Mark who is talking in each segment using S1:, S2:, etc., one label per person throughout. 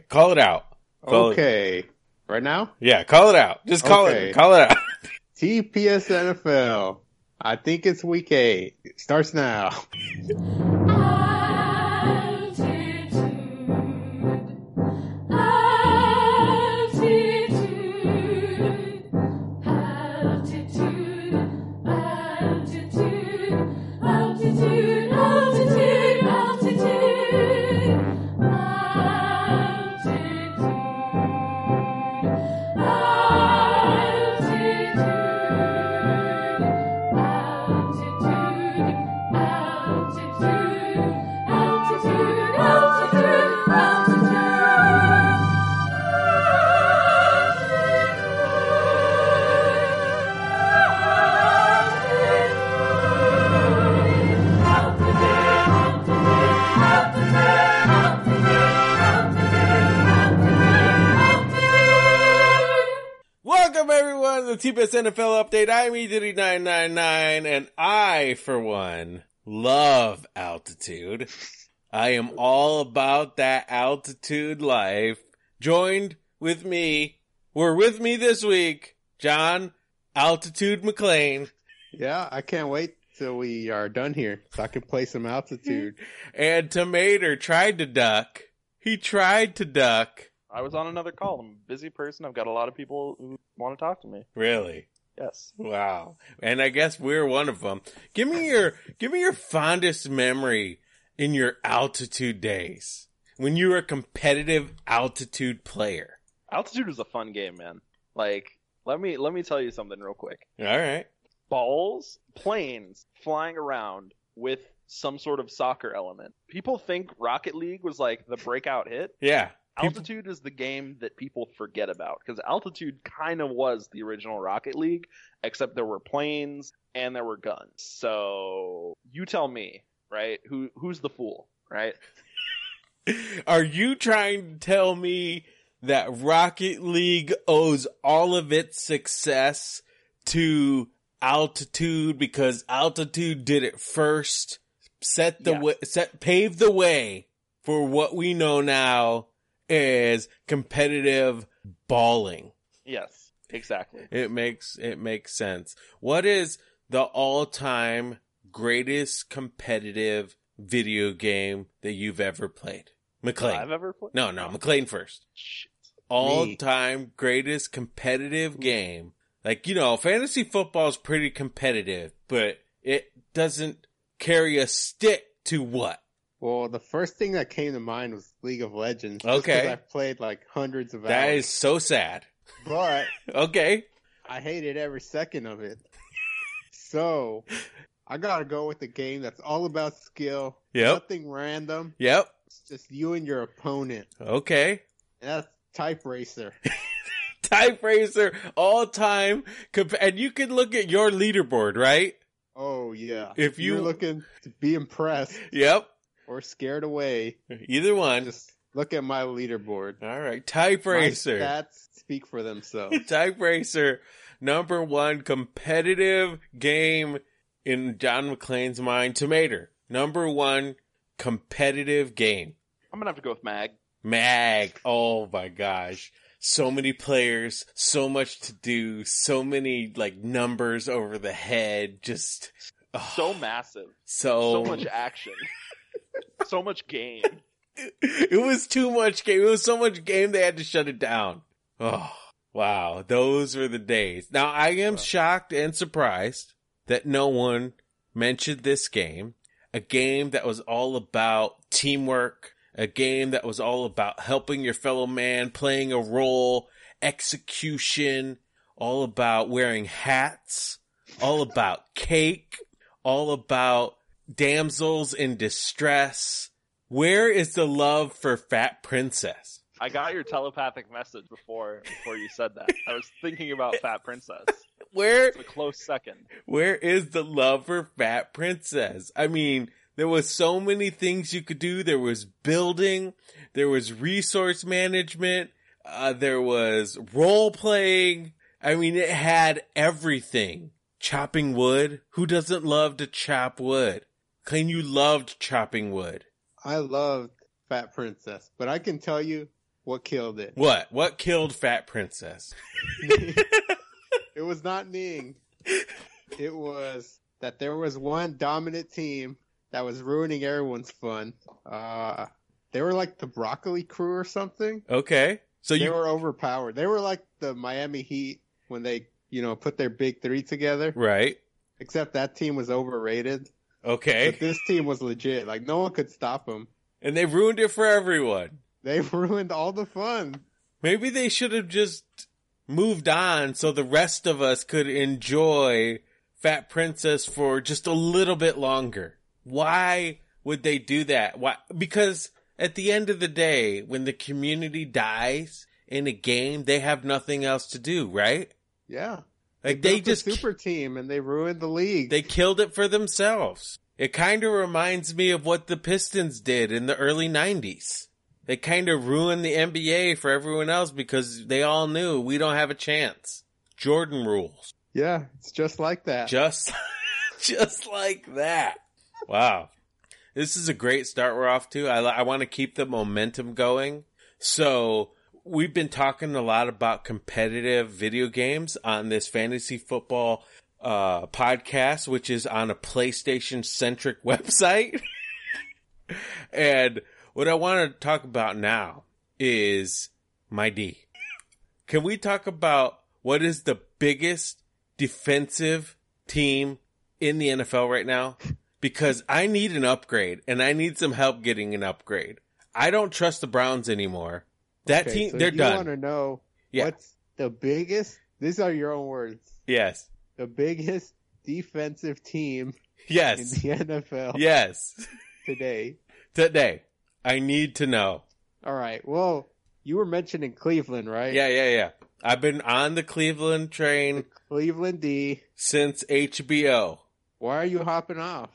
S1: Call it out. Call it-
S2: Okay. Right now?
S1: Yeah, call it out. Just call
S2: Okay.
S1: it. Call it out.
S2: TPS NFL. I think it's week eight. It starts now.
S3: Altitude, altitude, altitude, altitude, altitude, altitude, altitude, altitude, altitude. Altitude, altitude, altitude, altitude,
S1: Welcome everyone to the TPS NFL update. I'm E EDiddy999 and I, for one, love altitude. I am all about that altitude life. Joined with me, we're with me this week, John Altitude McLean
S2: Yeah, I can't wait till we are done here so I can play some altitude.
S1: and Tomater tried to duck. He tried to duck.
S4: I was on another call. I'm a busy person. I've got a lot of people who want to talk to me.
S1: Really?
S4: Yes.
S1: Wow. And I guess we're one of them. Give me your, give me your fondest memory in your altitude days when you were a competitive altitude player.
S4: Altitude is a fun game, man. Like, let me let me tell you something real quick.
S1: All right.
S4: Balls, planes flying around with some sort of soccer element. People think Rocket League was like the breakout hit.
S1: Yeah. People-
S4: Altitude is the game that people forget about because Altitude kind of was the original Rocket League, except there were planes and there were guns. So you tell me, right? Who who's the fool, right?
S1: Are you trying to tell me that Rocket League owes all of its success to altitude because altitude did it first, set the
S4: Yes.
S1: way, set paved the way for what we know now as competitive balling.
S4: Yes, exactly.
S1: It makes it makes sense. What is the all-time greatest competitive video game that you've ever played? McLean.
S4: I've ever played. Oh,
S1: No, no, McLean first.
S4: Shit.
S1: All time greatest competitive game. Like, you know, fantasy football is pretty competitive, but it doesn't carry a stick to what?
S2: well, the first thing that came to mind was League of Legends.
S1: Okay.
S2: I played like hundreds of
S1: That
S2: hours.
S1: is so sad.
S2: But
S1: Okay.
S2: I hated every second of it. so I gotta go with a game that's all about skill.
S1: Yep.
S2: Nothing random.
S1: Yep.
S2: It's just you and your opponent.
S1: Okay.
S2: And that's Type Racer.
S1: Type Racer, all time. Comp- and you can look at your leaderboard, right?
S2: Oh yeah.
S1: If you-
S2: you're looking to be impressed
S1: Yep.
S2: or scared away,
S1: Either one.
S2: just look at my leaderboard.
S1: All right. Type Racer.
S2: My stats speak for themselves.
S1: Type Racer, number one competitive game in John McClane's mind. Tomater, number one competitive game.
S4: I'm gonna have to go with Mag.
S1: Mag. Oh my gosh. So many players, so much to do, so many like numbers over the head, just oh,
S4: So massive.
S1: so
S4: So much action. so much game.
S1: it was too much game. It was so much game they had to shut it down. Oh, wow. Those were the days. Now I am
S4: Wow.
S1: shocked and surprised that no one mentioned this game, a game that was all about teamwork, a game that was all about helping your fellow man, playing a role, execution, all about wearing hats, all about cake, all about damsels in distress. Where is the love for Fat Princess?
S4: I got your telepathic message before before you said that. I was thinking about Fat Princess.
S1: Where
S4: It's a close second.
S1: where is the love for Fat Princess? I mean, there was so many things you could do. There was building, there was resource management, uh, there was role playing. I mean, it had everything. Chopping wood. Who doesn't love to chop wood? Claim you loved chopping wood.
S2: I loved Fat Princess, but I can tell you What killed it?
S1: What? What killed Fat Princess?
S2: it was not Ning. It was that there was one dominant team that was ruining everyone's fun. Uh, they were like the broccoli crew or something.
S1: Okay. So
S2: they
S1: you
S2: were overpowered. They were like the Miami Heat when they, you know, put their big three together.
S1: right.
S2: Except that team was overrated. But
S1: Okay.
S2: this team was legit. Like no one could stop them.
S1: And they ruined it for everyone.
S2: They ruined all the fun.
S1: Maybe they should have just moved on so the rest of us could enjoy Fat Princess for just a little bit longer. Why would they do that? Why? Because at the end of the day, when the community dies in a game, they have nothing else to do, right?
S2: Yeah.
S1: Like they,
S2: built a
S1: just
S2: super team and they ruined the league.
S1: They killed it for themselves. It kind of reminds me of what the Pistons did in the early 90s. They kind of ruined the NBA for everyone else because they all knew we don't have a chance. Jordan rules.
S2: yeah, it's just like that.
S1: Just, just like that. Wow. This is a great start we're off to. I, I want to keep the momentum going. So we've been talking a lot about competitive video games on this fantasy football uh, podcast, which is on a PlayStation centric website. and what I want to talk about now is my D. Can we talk about what is the biggest defensive team in the NFL right now? Because I need an upgrade and I need some help getting an upgrade. I don't trust the Browns anymore. That
S2: Okay,
S1: team,
S2: so
S1: they're
S2: you
S1: done.
S2: want to know
S1: Yeah.
S2: what's the biggest? These are your own words.
S1: Yes.
S2: The biggest defensive team in
S1: Yes.
S2: the NFL
S1: Yes.
S2: today.
S1: Today. I need to know.
S2: All right. Well, you were mentioning Cleveland, right?
S1: Yeah, yeah, yeah. I've been on the Cleveland
S2: The
S1: train
S2: Cleveland D.
S1: since HBO
S2: Why are you hopping off?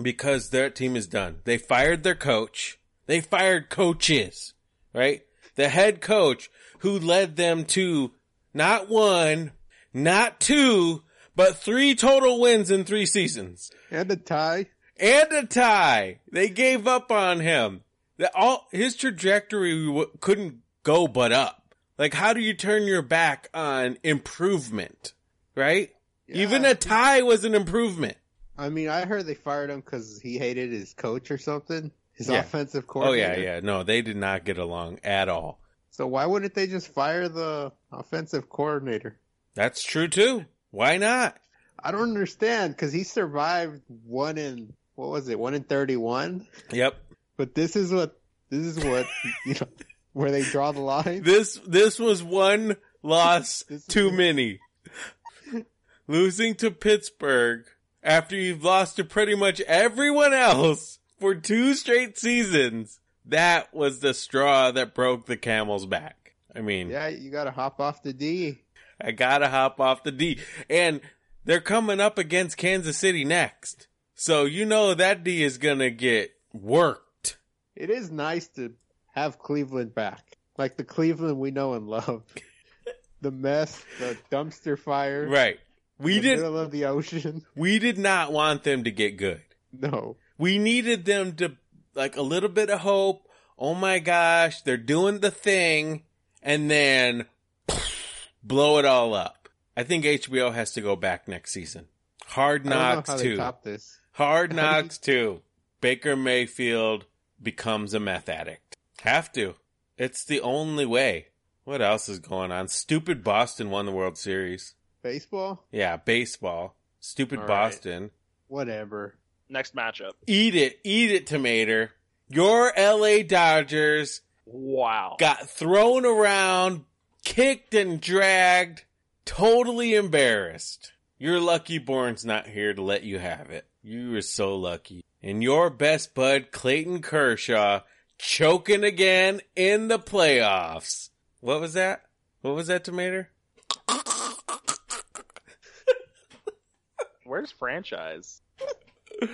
S1: because their team is done. They fired their coach. They fired coaches, right? The head coach who led them to not one, not two, but three total wins in three seasons.
S2: And the tie.
S1: and a tie. They gave up on him. That all his trajectory w- couldn't go but up. Like, how do you turn your back on improvement? Right? Even
S2: Yeah.
S1: a tie was an improvement.
S2: I mean, I heard they fired him because he hated his coach or something, his
S1: Yeah.
S2: offensive
S1: Oh
S2: coordinator.
S1: yeah, yeah. No, they did not get along at all.
S2: So why wouldn't they just fire the offensive coordinator?
S1: That's true too. Why not?
S2: I don't understand because he survived one in what was it one in thirty one.
S1: Yep.
S2: But this is what this is what you know where they draw the line.
S1: This this was one loss
S2: This is-
S1: too many. Losing to Pittsburgh after you've lost to pretty much everyone else for two straight seasons. That was the straw that broke the camel's back. I mean,
S2: Yeah, you got to hop off the D.
S1: I gotta hop off the D. And they're coming up against Kansas City next. So you know that D is gonna get worked.
S2: It is nice to have Cleveland back, like the Cleveland we know and love. the mess, the dumpster fire,
S1: Right. We
S2: the
S1: did,
S2: middle of the ocean.
S1: we did not want them to get good.
S2: No,
S1: we needed them to like a little bit of hope. Oh my gosh, they're doing the thing and then blow it all up. I think HBO has to go back next season. Hard Knocks
S2: I don't know how they
S1: 2.
S2: top this.
S1: Hard
S2: How do you-
S1: Knocks 2. Baker Mayfield becomes a meth addict. Have to. It's the only way. What else is going on? Stupid Boston won the World Series.
S2: Baseball,
S1: Yeah, baseball. Stupid
S4: All right.
S1: Boston.
S2: whatever.
S4: Next matchup.
S1: Eat it, eat it, tomato. Your LA Dodgers
S4: Wow.
S1: got thrown around, kicked and dragged, totally embarrassed. Your lucky Bourne's not here to let you have it. You are so lucky. And your best bud, Clayton Kershaw, choking again in the playoffs. What was that? What was that, tomato?
S4: Where's franchise?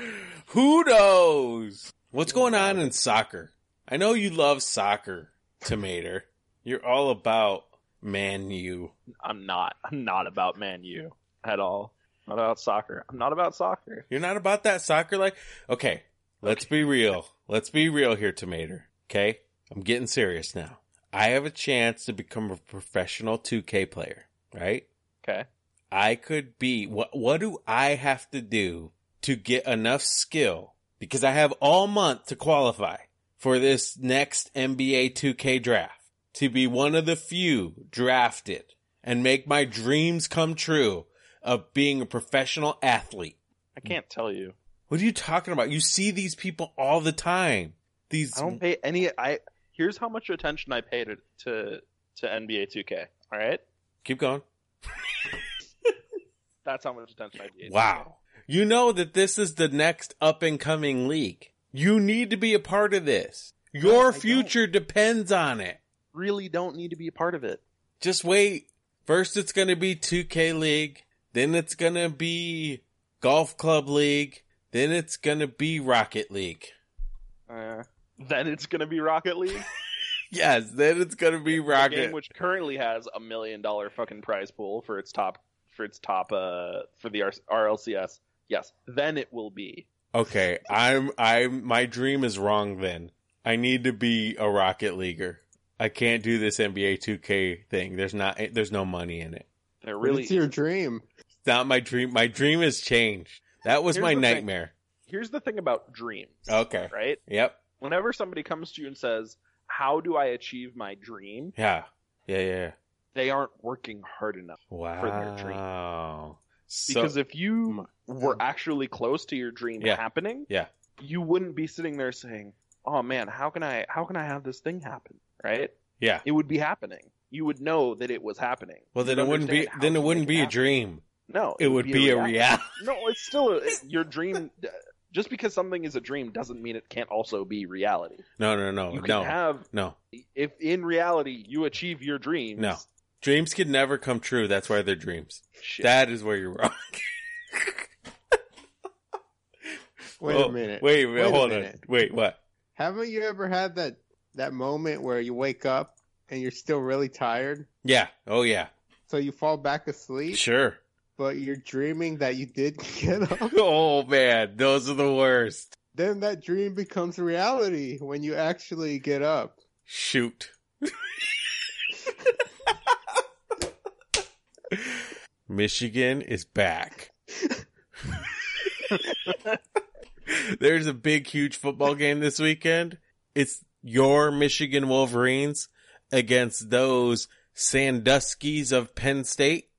S1: Who knows? What's going on in soccer? I know you love soccer, Tomater. You're all about Man U.
S4: I'm not. I'm not about Man U at all. Not about soccer. I'm not about soccer.
S1: You're not about that soccer like Okay, let's be real. Let's be real here, Tomater. Okay? I'm getting serious now. I have a chance to become a professional 2K player, right?
S4: Okay.
S1: I could be what what do I have to do to get enough skill because I have all month to qualify for this next NBA 2K draft to be one of the few drafted and make my dreams come true of being a professional athlete.
S4: I can't tell you.
S1: What are you talking about? You see these people all the time. These
S4: I don't pay any. I here's how much attention I pay to to, to NBA 2K. All right,
S1: keep going.
S4: that's how much attention I pay.
S1: Wow. You know that this is the next up and coming league. You need to be a part of this.
S4: I
S1: Your
S4: don't.
S1: future depends on it.
S4: Really, don't need to be a part of it.
S1: Just wait. First it's going to be 2K League. Then it's going to be Golf Club League. Then it's going to be Rocket League.
S4: Uh, then it's gonna be Rocket League,
S1: Yes, then it's going to be
S4: a game
S1: Rocket.
S4: which currently has a million dollar fucking prize pool for its top for its top uh for the R- RLCS. Yes, then it will be.
S1: Okay, I'm I'm my dream is wrong then. I need to be a Rocket Leaguer. I can't do this NBA 2K thing. There's not there's no money in it.
S4: There
S2: Really?
S4: really
S2: It's your dream.
S1: It's not my dream. My dream has changed. That was
S4: Here's
S1: my
S4: the thing.
S1: nightmare.
S4: here's the thing about dreams.
S1: Okay.
S4: Right?
S1: Yep.
S4: Whenever somebody comes to you and says, "How do I achieve my dream?"
S1: Yeah. Yeah. Yeah. yeah.
S4: They aren't working hard enough.
S1: Wow.
S4: their dream.
S1: So,
S4: Because if you
S2: God.
S4: were actually close to your dream
S1: Yeah.
S4: happening,
S1: Yeah.
S4: you wouldn't be sitting there saying, "Oh man, how can I how can I have this thing happen?" Right?
S1: yeah.
S4: It would be happening. You would know that it was happening.
S1: Well, then
S4: You'd
S1: it wouldn't be.
S4: understand how
S1: Then
S4: to
S1: it wouldn't
S4: make
S1: be a
S4: happen.
S1: dream.
S4: No,
S1: It would be a reality.
S4: No, it's still a, your dream. Just because something is a dream doesn't mean it can't also be reality.
S1: No. No. No.
S4: You can
S1: Oh, no.
S4: have
S1: no.
S4: if in reality you achieve your dreams.
S1: No. Dreams can never come true. That's why they're dreams.
S4: Shit.
S1: That is where you're wrong.
S2: Wait
S1: Oh,
S2: a minute.
S1: Wait. Wait.
S2: Wait a
S1: hold on.
S2: minute.
S1: Wait. What?
S2: Haven't you ever had that that moment where you wake up and you're still really tired,
S1: Yeah. Oh yeah.
S2: so you fall back asleep,
S1: Sure.
S2: but you're dreaming that you did get up?
S1: Oh man, those are the worst.
S2: then that dream becomes reality when you actually get up.
S1: Shoot. Michigan is back. There's a big, huge football game this weekend. It's your Michigan Wolverines against those Sandusky's of Penn State.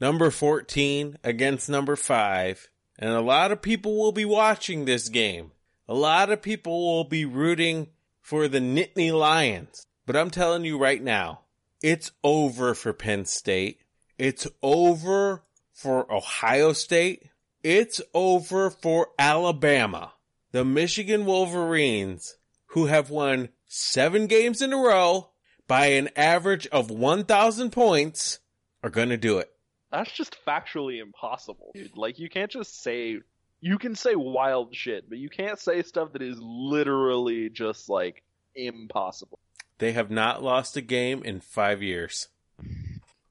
S1: Number 14 against number 5. And a lot of people will be watching this game. A lot of people will be rooting for the Nittany Lions. But I'm telling you right now, it's over for Penn State. It's over for Ohio State. It's over for Alabama. The Michigan Wolverines, who have won seven games in a row by an average of 1,000 points, are going to do it.
S4: That's just factually impossible, dude. Like you can't just say you can say wild shit, but you can't say stuff that is literally just like impossible.
S1: They have not lost a game in five years.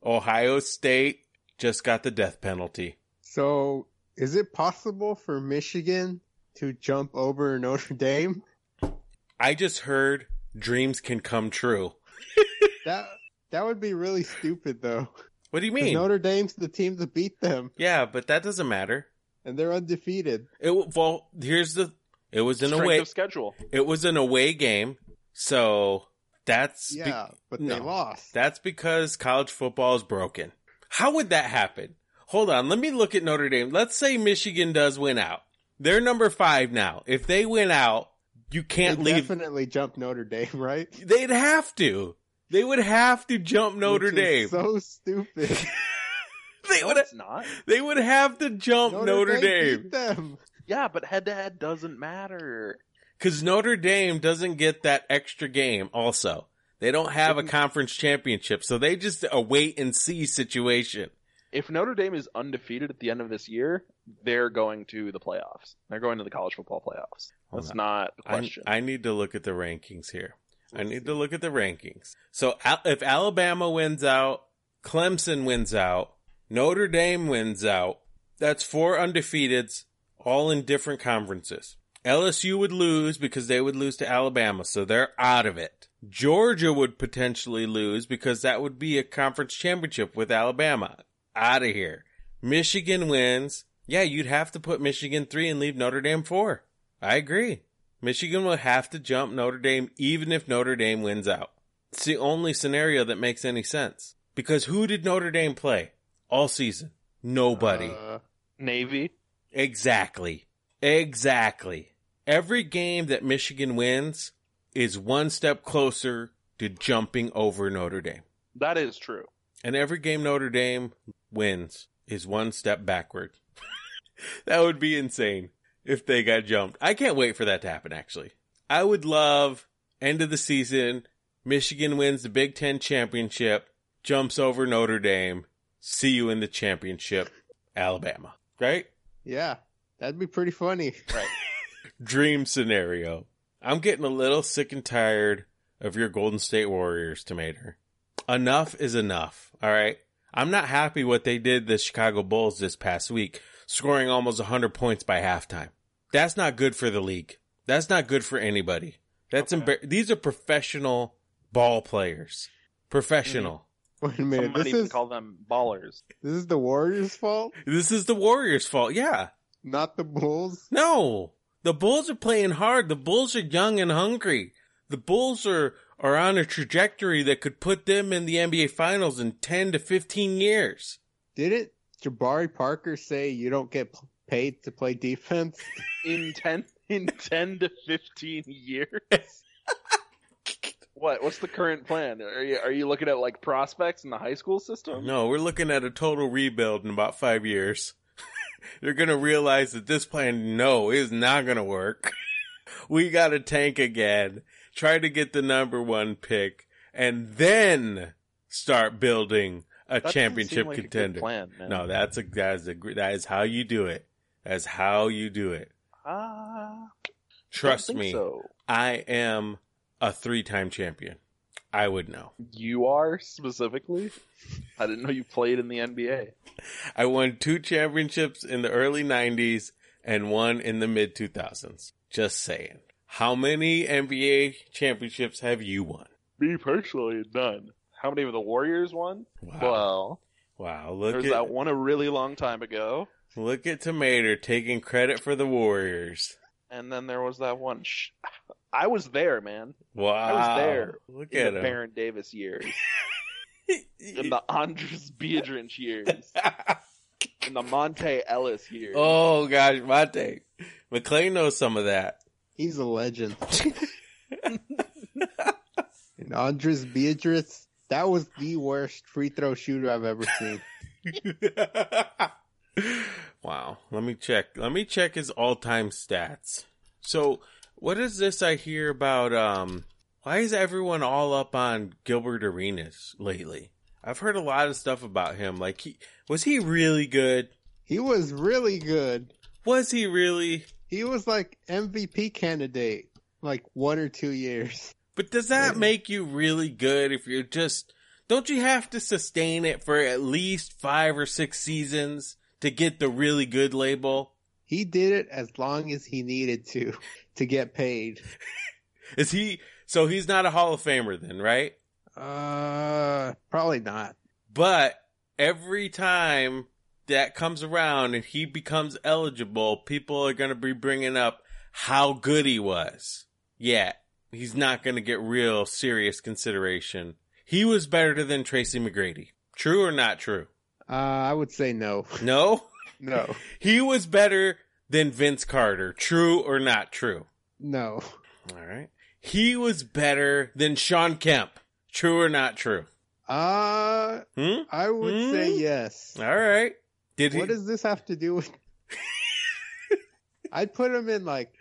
S1: Ohio State just got the death penalty.
S2: So, is it possible for Michigan to jump over Notre Dame?
S1: I just heard dreams can come true.
S2: That that would be really stupid though. 'Cause
S1: What do you mean?
S2: Notre Dame's the team to beat them
S1: yeah, but that doesn't matter.
S2: and they're undefeated.
S1: It w- well, here's the. It was an
S4: Strength
S1: away.
S4: of schedule.
S1: It was an away game, so that's be-
S2: Yeah, but they
S1: no.
S2: lost.
S1: that's because college football is broken. How would that happen? Hold on, let me look at Notre Dame. Let's say Michigan does win out. They're number five now. If they win out, you
S2: They
S1: can't leave.
S2: definitely jumped Notre Dame, right?
S1: They'd have to. They would have to jump Notre
S2: Which
S1: Dame.
S2: is so stupid.
S1: they
S4: No,
S1: would.
S4: it's not.
S1: They would have to jump Notre, Dame.
S2: beat them.
S4: Yeah, but head to head doesn't matter.
S1: Because Notre Dame doesn't get that extra game also. They don't have a conference championship, so they just a wait and see situation.
S4: If Notre Dame is undefeated at the end of this year, they're going to the playoffs. They're going to the college football playoffs.
S1: Hold
S4: That's
S1: on.
S4: not the
S1: I,
S4: question. Mm-hmm.
S1: I need to look at the rankings here. I need to look at the rankings. So Al- if Alabama wins out, Clemson wins out, Notre Dame wins out, that's four undefeateds, all in different conferences. LSU would lose because they would lose to Alabama, so they're out of it. Georgia would potentially lose because that would be a conference championship with Alabama. Out of here. Michigan wins. Yeah, you'd have to put Michigan 3 and leave Notre Dame 4. I agree. Michigan would have to jump Notre Dame even if Notre Dame wins out. It's the only scenario that makes any sense. Because who did Notre Dame play all season? Nobody.
S2: Uh,
S4: Navy.
S1: Exactly. Exactly. Every game that Michigan wins is one step closer to jumping over Notre Dame.
S4: That is true.
S1: And every game Notre Dame wins is one step backward. that would be insane if they got jumped. I can't wait for that to happen, actually. I would love end of the season, Michigan wins the Big Ten championship, jumps over Notre Dame. See you in the championship, Alabama. Right?
S2: yeah, that'd be pretty funny.
S1: dream scenario. I'm getting a little sick and tired of your Golden State Warriors, Tomater. Enough is enough. All right. I'm not happy what they did the Chicago Bulls this past week, scoring almost 100 points by halftime. That's not good for the league. That's not good for anybody. That's
S4: Okay.
S1: embar- these are professional ball players. Professional.
S2: Wait a minute,
S4: Some might
S2: this
S4: even
S2: is
S4: call them ballers.
S2: this is the Warriors' fault,
S1: This is the Warriors' fault. Yeah.
S2: not the Bulls.
S1: No, the Bulls are playing hard. The Bulls are young and hungry. The Bulls are, are on a trajectory that could put them in the NBA finals in 10 to 15 years.
S2: Didn't Jabari Parker say you don't get p- paid to play defense?
S4: In ten in ten to fifteen years. What? What's the current plan? Are you are you looking at like prospects in the high school system?
S1: No, we're looking at a total rebuild in about five years. They're going to realize that this plan, no, is not going to work. we got to tank again, try to get the number one pick, and then start building a
S4: That doesn't seem
S1: championship
S4: like a good
S1: contender.
S4: plan, man.
S1: No, that's a that's a gr- that is how you do it. That's how you do it.
S4: Ah,
S1: Trust
S4: don't think
S1: me,
S4: So
S1: I am a three-time champion. I would know.
S4: you are specifically. I didn't know you played in the NBA.
S1: I won two championships in the early '90s and one in the mid 2000s. Just saying. How many NBA championships have you won?
S4: Me personally, none. How many of the Warriors won?
S1: Wow!
S4: Well,
S1: wow!
S4: there
S1: Look
S4: was that
S1: at
S4: one a really long time ago,
S1: look at Tomater taking credit for the Warriors.
S4: and then there was that one. Sh- I was there, man.
S1: Wow!
S4: there
S1: Look
S4: In
S1: at
S4: the
S1: him.
S4: Baron Davis years, in the Andres Biedrinch years, in the Monte Ellis years.
S1: Oh gosh, Mate. McLean knows some of that.
S2: He's a legend. and Andres Beatrice, that was the worst free throw shooter I've ever seen.
S1: wow. Let me check. Let me check his all time stats. So what is this I hear about um why is everyone all up on Gilbert Arenas lately? I've heard a lot of stuff about him. Like he was he really good?
S2: He was really good.
S1: Was he really
S2: He was like MVP candidate, like one or two years.
S1: But does that
S2: Yeah.
S1: make you really good if you're just, don't you have to sustain it for at least five or six seasons to get the really good label?
S2: He did it as long as he needed to to get paid.
S1: Is he, so he's not a Hall of Famer then, right?
S2: Uh, probably not.
S1: But every time that comes around and he becomes eligible, people are going to be bringing up how good he was. Yeah, he's not going to get real serious consideration. He was better than Tracy McGrady. True or not true?
S2: Uh, I would say no.
S1: No?
S2: No.
S1: He was better than Vince Carter. True or not true?
S2: No.
S1: All right. He was better than Sean Kemp. True or not true?
S2: Uh,
S1: Hmm?
S2: I would
S1: Hmm?
S2: say yes.
S1: All right. Did he?
S2: What does this have to do with? I'd put him in like,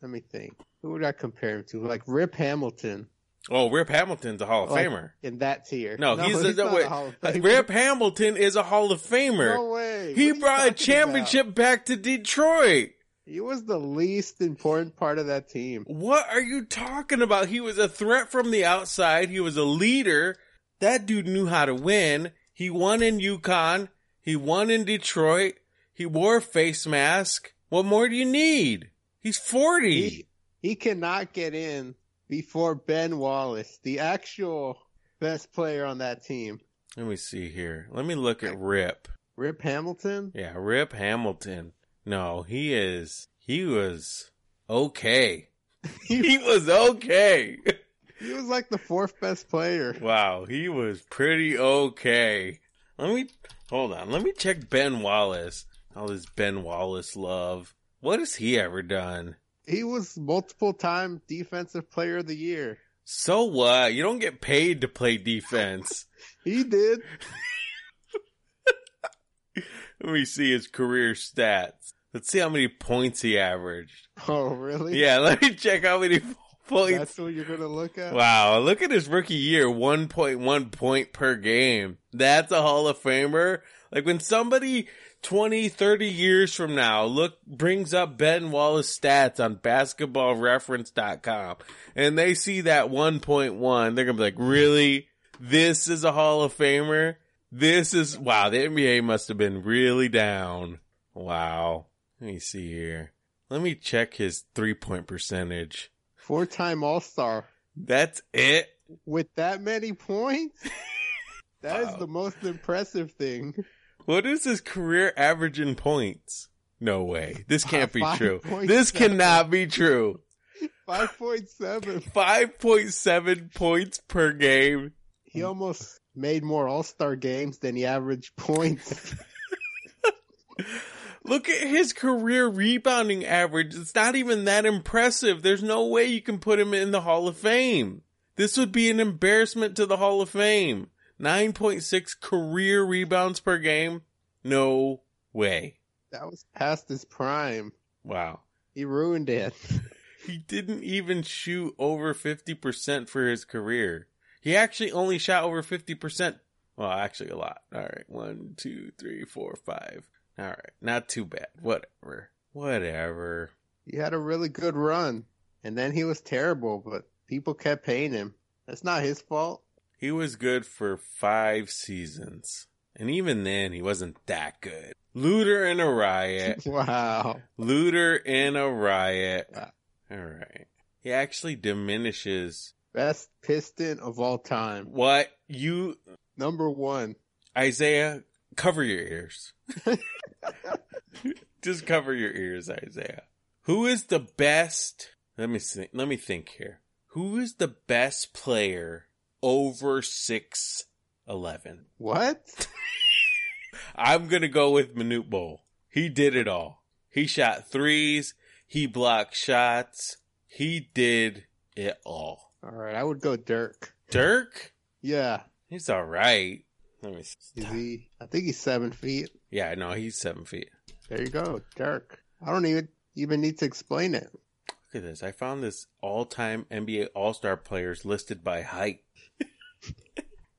S2: let me think. Who would I compare him to? Like Rip Hamilton
S1: oh, Rip Hamilton's a Hall of
S2: Like-
S1: Famer.
S2: in that tier.
S1: No, he's, a, no,
S2: not
S1: wait.
S2: Hall of Famer.
S1: Rip Hamilton is a Hall of Famer.
S2: No way.
S1: he
S2: What are you
S1: brought a
S2: talking about?
S1: championship back to Detroit.
S2: He was the least important part of that team.
S1: What are you talking about? He was a threat from the outside. He was a leader. That dude knew how to win. He won in Yukon. He won in Detroit. He wore a face mask. What more do you need? He's 40.
S2: He, he cannot get in before Ben Wallace, the actual best player on that team.
S1: Let me see here. Let me look at Rip.
S2: Rip Hamilton?
S1: Yeah, Rip Hamilton. No, he is. He was okay. He was okay.
S2: He was like the fourth best player.
S1: Wow, he was pretty okay. Let me hold on. Let me check Ben Wallace. All this Ben Wallace love. What has he ever done?
S2: He was multiple time defensive player of the year.
S1: So what? You don't get paid to play defense.
S2: He did.
S1: Let me see his career stats. Let's see how many points he averaged.
S2: Oh, really?
S1: Yeah, let me check how many points.
S2: That's what you're going to look at?
S1: Wow, look at his rookie year 1.1 point per game. That's a Hall of Famer. Like when somebody 20, 30 years from now look brings up Ben Wallace stats on basketballreference.com and they see that 1.1, they're going to be like, "Really? This is a Hall of Famer? This is wow, the NBA must have been really down." Wow. Let me see here. Let me check his three-point percentage.
S2: Four time All Star.
S1: That's it.
S2: With that many points? That is
S1: Wow.
S2: the most impressive thing.
S1: What is his career average in points? No way. This can't be
S2: Five
S1: true.
S2: point
S1: This
S2: seven.
S1: cannot be true.
S2: 5.7.
S1: 5.7 points per game.
S2: He almost made more All Star games than he averaged points.
S1: Look at his career rebounding average. It's not even that impressive. There's no way you can put him in the Hall of Fame. This would be an embarrassment to the Hall of Fame. 9.6 career rebounds per game. No way.
S2: that was past his prime.
S1: Wow.
S2: He ruined it.
S1: He didn't even shoot over 50% for his career. He actually only shot over 50%. Well, actually a lot. All right. One, two, three, four, five. All right. Not too bad. Whatever. Whatever.
S2: He had a really good run, and then he was terrible, but people kept paying him. That's not his fault.
S1: He was good for five seasons. And even then, he wasn't that good. Looter in a riot.
S2: Wow.
S1: Looter in a riot.
S2: Wow.
S1: All right. He actually diminishes
S2: Best piston of all time.
S1: what you
S2: Number one.
S1: Isaiah, cover your ears. Just cover your ears, Isaiah. Who is the best? Let me think. Let me think here. Who is the best player over six eleven?
S2: What?
S1: I'm gonna go with Manute Bowl. He did it all. He shot threes. He blocked shots. He did it all.
S2: All right, I would go Dirk.
S1: Dirk,
S2: Yeah.
S1: he's all right. Let me.
S2: Is
S1: See.
S2: he? I think he's seven feet.
S1: Yeah, no, he's seven feet.
S2: There you go, Dirk. I don't even even need to explain it.
S1: Look at this. I found this all time NBA All Star players listed by height.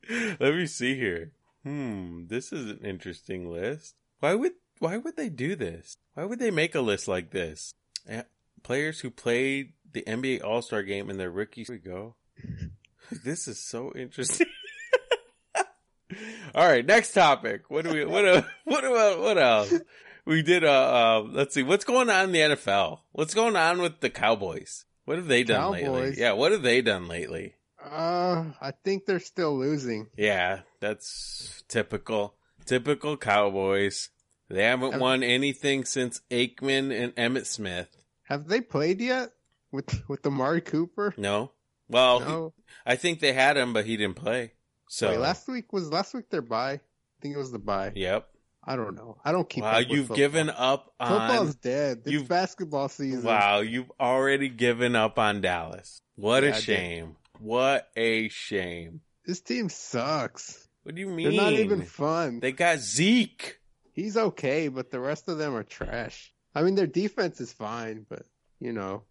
S1: Let me see here. Hmm, this is an interesting list. Why would why would they do this? Why would they make a list like this? Eh, Players who played the NBA All Star game in their rookie. Here we go. This is so interesting. All right, next topic. What do we? What? a- What about? What else? we did a uh, let's see what's going on in the NFL. What's going on with the Cowboys? What have they done lately?
S2: Cowboys?
S1: Yeah, what have they done lately?
S2: Uh, I think they're still losing.
S1: Yeah, that's typical. Typical Cowboys. They haven't
S2: Have-
S1: won anything since Aikman and Emmett Smith.
S2: Have they played yet with with Amari Cooper?
S1: No. Well,
S2: no.
S1: I think they had him, but he didn't play. So,
S2: Wait, last week was last week their bye. I think it was the bye.
S1: yep.
S2: I don't know. I don't keep.
S1: Wow,
S2: up with
S1: you've
S2: football.
S1: given up on
S2: Football's dead. It's
S1: you've-
S2: basketball season.
S1: Wow, you've already given up on Dallas. What
S2: Yeah, I
S1: a
S2: did.
S1: shame. What a shame.
S2: This team sucks.
S1: What do you mean?
S2: They're not even fun.
S1: They got Zeke.
S2: He's okay, but the rest of them are trash. I mean, their defense is fine, but you know,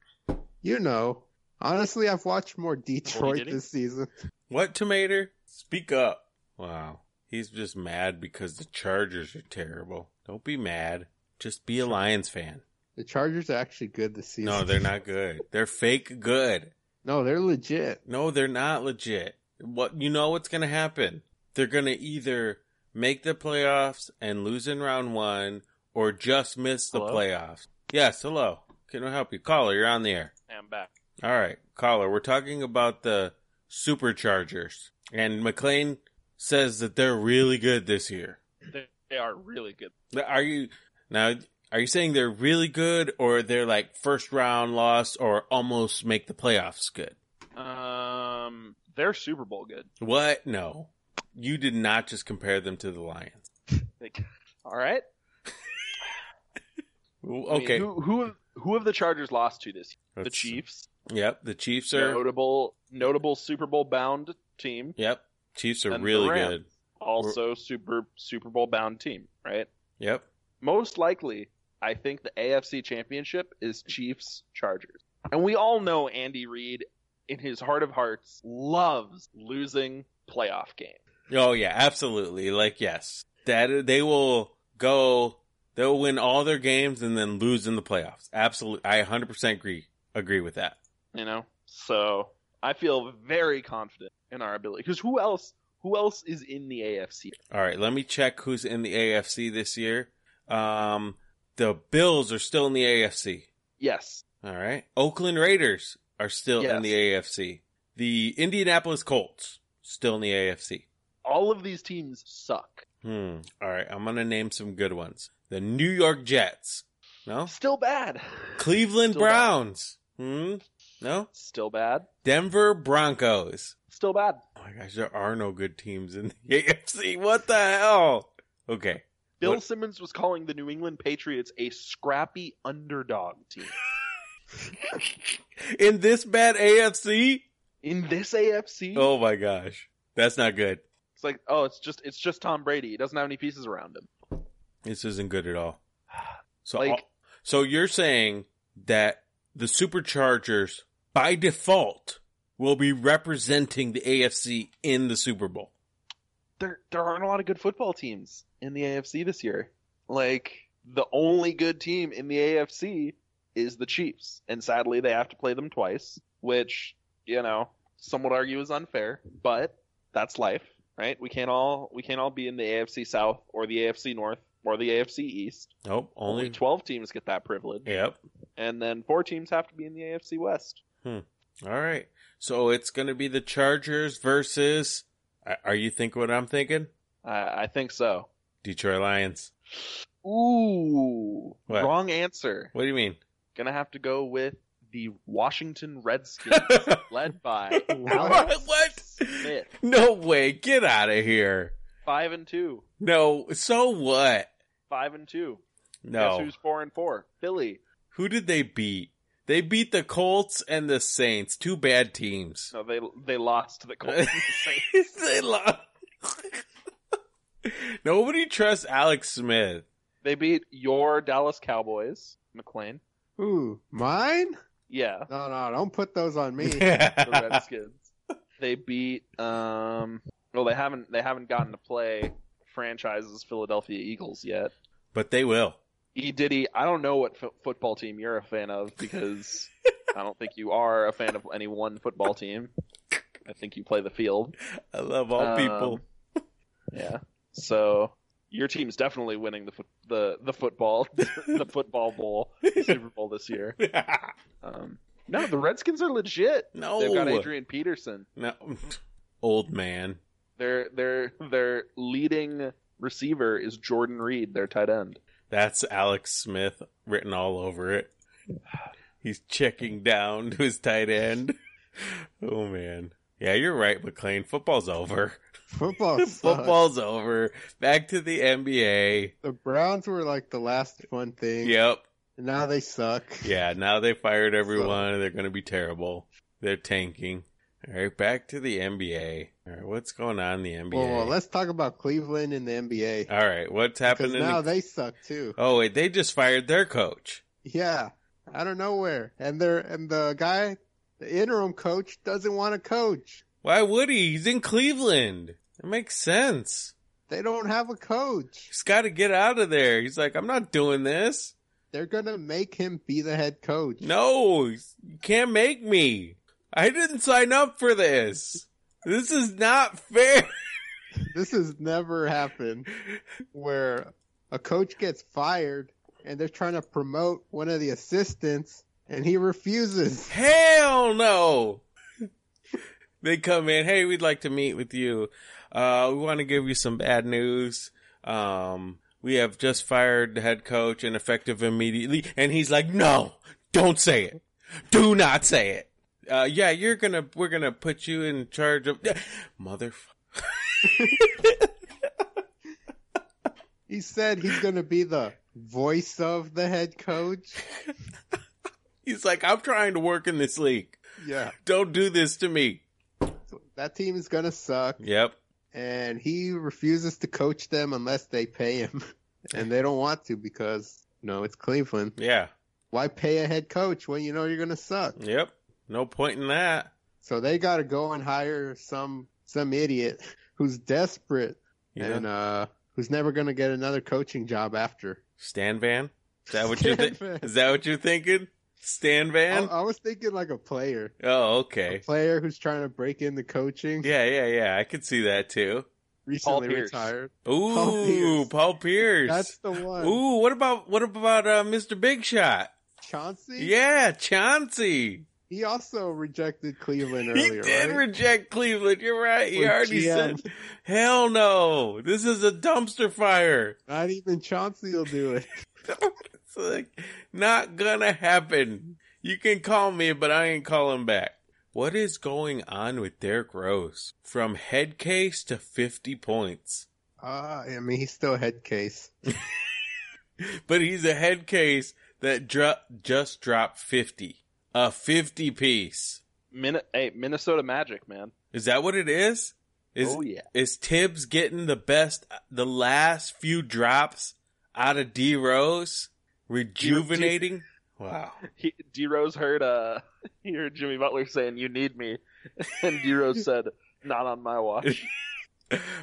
S2: you know. Honestly, I've watched more Detroit
S4: did it?
S2: this season.
S1: What tomato? Speak up. Wow. He's just mad because the Chargers are terrible. Don't be mad. Just be a Lions fan.
S2: The Chargers are actually good this season.
S1: No, they're not good. They're fake good.
S2: No, they're legit.
S1: No, they're not legit. What you know what's gonna happen? They're gonna either make the playoffs and lose in round one or just miss the
S4: Hello?
S1: playoffs. Yes, hello. Can I help you? Caller, you're on the air.
S4: I'm back.
S1: All right, caller, we're talking about the superchargers. And McLean says that they're really good this year.
S4: They, they are really good.
S1: Are you now? Are you saying they're really good, or they're like first round loss, or almost make the playoffs good?
S4: Um, they're Super Bowl good.
S1: What? No, you did not just compare them to the Lions.
S4: Like, all right. I mean,
S1: Okay.
S4: who who who have the Chargers lost to this? year? The
S1: Let's-
S4: Chiefs,
S1: Yep. The Chiefs are.
S4: notable notable Super Bowl bound team,
S1: Yep. Chiefs are
S4: And the
S1: really
S4: Rams.
S1: good.
S4: also super Super Bowl bound team, right?
S1: Yep.
S4: Most likely, I think the AFC Championship is Chiefs Chargers, and we all know Andy Reid, in his heart of hearts, loves losing playoff games.
S1: Oh yeah, absolutely. Like yes, that they will go. They'll win all their games and then lose in the playoffs. Absolutely, I 100% agree agree with that.
S4: you know so i feel very confident in our ability because who else who else is in the afc
S1: All right, let me check who's in the AFC this year. Um, the Bills are still in the AFC.
S4: yes
S1: All right, Oakland Raiders are still in
S4: Yes.
S1: the AFC. The Indianapolis Colts still in the AFC.
S4: all of these teams suck
S1: Hmm. All right, I'm gonna name some good ones. The New York Jets. No.
S4: still bad
S1: Cleveland
S4: Still bad.
S1: Browns. Hmm. No.
S4: still bad
S1: Denver Broncos.
S4: still bad
S1: Oh my gosh, there are no good teams in the AFC. What the hell? Okay.
S4: bill
S1: What-
S4: simmons was calling the new england patriots a scrappy underdog team
S1: In this bad AFC?
S4: in this afc
S1: Oh my gosh. That's not good.
S4: it's like oh it's just it's just tom brady he doesn't have any pieces around him
S1: This isn't good at all. So
S4: Like-
S1: all- so you're saying that the Superchargers by default will be representing the AFC in the Super Bowl.
S4: there there aren't a lot of good football teams in the AFC this year. Like the only good team in the AFC is the Chiefs, and sadly they have to play them twice, which you know some would argue is unfair, but that's life, right? We can't all we can't all be in the AFC South or the AFC North or the AFC East.
S1: Nope,
S4: Only,
S1: only
S4: twelve teams get that privilege,
S1: Yep.
S4: and then four teams have to be in the AFC West.
S1: All right. So it's going to be the Chargers versus are- Are you thinking what I'm thinking?
S4: I, I think so.
S1: Detroit Lions.
S4: Ooh,
S1: What?
S4: wrong answer.
S1: What do you mean?
S4: gonna have to go with the Washington Redskins, led by Alex
S1: What?
S4: Smith.
S1: No way. Get out of here.
S4: Five and two,
S1: No. So what?
S4: five and two. Guess
S1: No.
S4: who's four and four? Philly.
S1: Who did they beat? They beat the Colts and the Saints. Two bad teams.
S4: No, they they lost to the Colts. and the Saints.
S1: They lost. Nobody trusts Alex Smith.
S4: they beat your Dallas Cowboys, McLean.
S2: Ooh, mine?
S4: Yeah,
S2: No, no, don't put those on me.
S4: the Redskins. they beat um. Well, they haven't they haven't gotten to play franchises Philadelphia Eagles yet.
S1: but they will.
S4: E Diddy, I don't know what f- football team you're a fan of because I don't think you are a fan of any one football team. I think you play the field.
S1: I love all
S4: Um,
S1: people.
S4: Yeah. So your team's definitely winning the foot the the football the football bowl Super Bowl this year. Um, no, the Redskins are legit.
S1: no.
S4: They've got Adrian Peterson.
S1: No. Old man.
S4: Their their their leading receiver is Jordan Reed, their tight end.
S1: That's Alex Smith written all over it. He's checking down to his tight end. Oh man. Yeah, you're right, McLean. Football's over.
S2: Football sucks.
S1: Football's over. Back to the NBA.
S2: The Browns were like the last fun thing.
S1: Yep.
S2: And now they suck.
S1: Yeah, now they fired everyone. They're going to be terrible. They're tanking. All right, back to the NBA. All right, what's going on in the NBA?
S2: Well, well, let's talk about Cleveland and the NBA.
S1: All right, what's
S2: Because
S1: Uh, happening? in-
S2: now they suck too.
S1: oh, wait, they just fired their coach.
S2: Yeah, out of nowhere, and they're and the guy, the interim coach, doesn't want to coach.
S1: Why would he? He's in Cleveland. It makes sense.
S2: They don't have a coach.
S1: He's got to get out of there. He's like, I'm not doing this.
S2: They're gonna make him be the head coach.
S1: No, you can't make me. I didn't sign up for this. This is not fair.
S2: This has never happened, where a coach gets fired and they're trying to promote one of the assistants, and he refuses.
S1: Hell no. they come in, hey, we'd like to meet with you. Uh, we want to give you some bad news. Um, we have just fired the head coach and effective immediately. And he's like, no, don't say it. Do not say it. Uh, yeah, you're gonna, we're gonna put you in charge of, motherfucker.
S2: He said he's going to be the voice of the head coach.
S1: He's like, I'm trying to work in this league.
S2: Yeah,
S1: Don't do this to me.
S2: so that team is going to suck,
S1: Yep.
S2: and he refuses to coach them unless they pay him, and they don't want to because no, it's Cleveland.
S1: Yeah.
S2: Why pay a head coach when you know you're going to suck?
S1: Yep. No point in that.
S2: So they got to go and hire some some idiot who's desperate
S1: You
S2: and
S1: know?
S2: uh who's never going to get another coaching job after.
S1: Stan Van? Is that what you're
S2: Stan
S1: thi-
S2: Van.
S1: Is that what you're thinking? Stan
S2: I,
S1: Van?
S2: I was thinking like a player,
S1: Oh,
S2: a
S1: okay.
S2: player who's trying to break into coaching.
S1: Yeah, yeah, yeah. I could see that too.
S2: recently
S4: Pierce.
S2: retired.
S1: Ooh, Paul Pierce.
S2: Pierce. That's the one.
S1: Ooh, what about what about uh, Mr. Big Shot?
S2: Chauncey.
S1: Yeah, Chauncey.
S2: He also rejected Cleveland
S1: he
S2: earlier,
S1: did
S2: right?
S1: reject Cleveland. You're right. He
S2: With
S1: already
S2: GM.
S1: said, "Hell no, this is a dumpster fire.
S2: Not even Chauncey will do it.
S1: It's like not gonna happen. You can call me, but I ain't calling back." What is going on with Derrick Rose? From head case to fifty points.
S2: Uh, I mean, he's still head case.
S1: but he's a head case that dro- just dropped 50. A 50 piece.
S4: Min- hey, Minnesota Magic, man.
S1: Is that what it is? Is
S4: oh yeah.
S1: is Tibbs getting the best the last few drops out of D Rose? Rejuvenating? Wow.
S4: He, D Rose heard uh he heard Jimmy Butler saying you need me, and D Rose said not on my watch.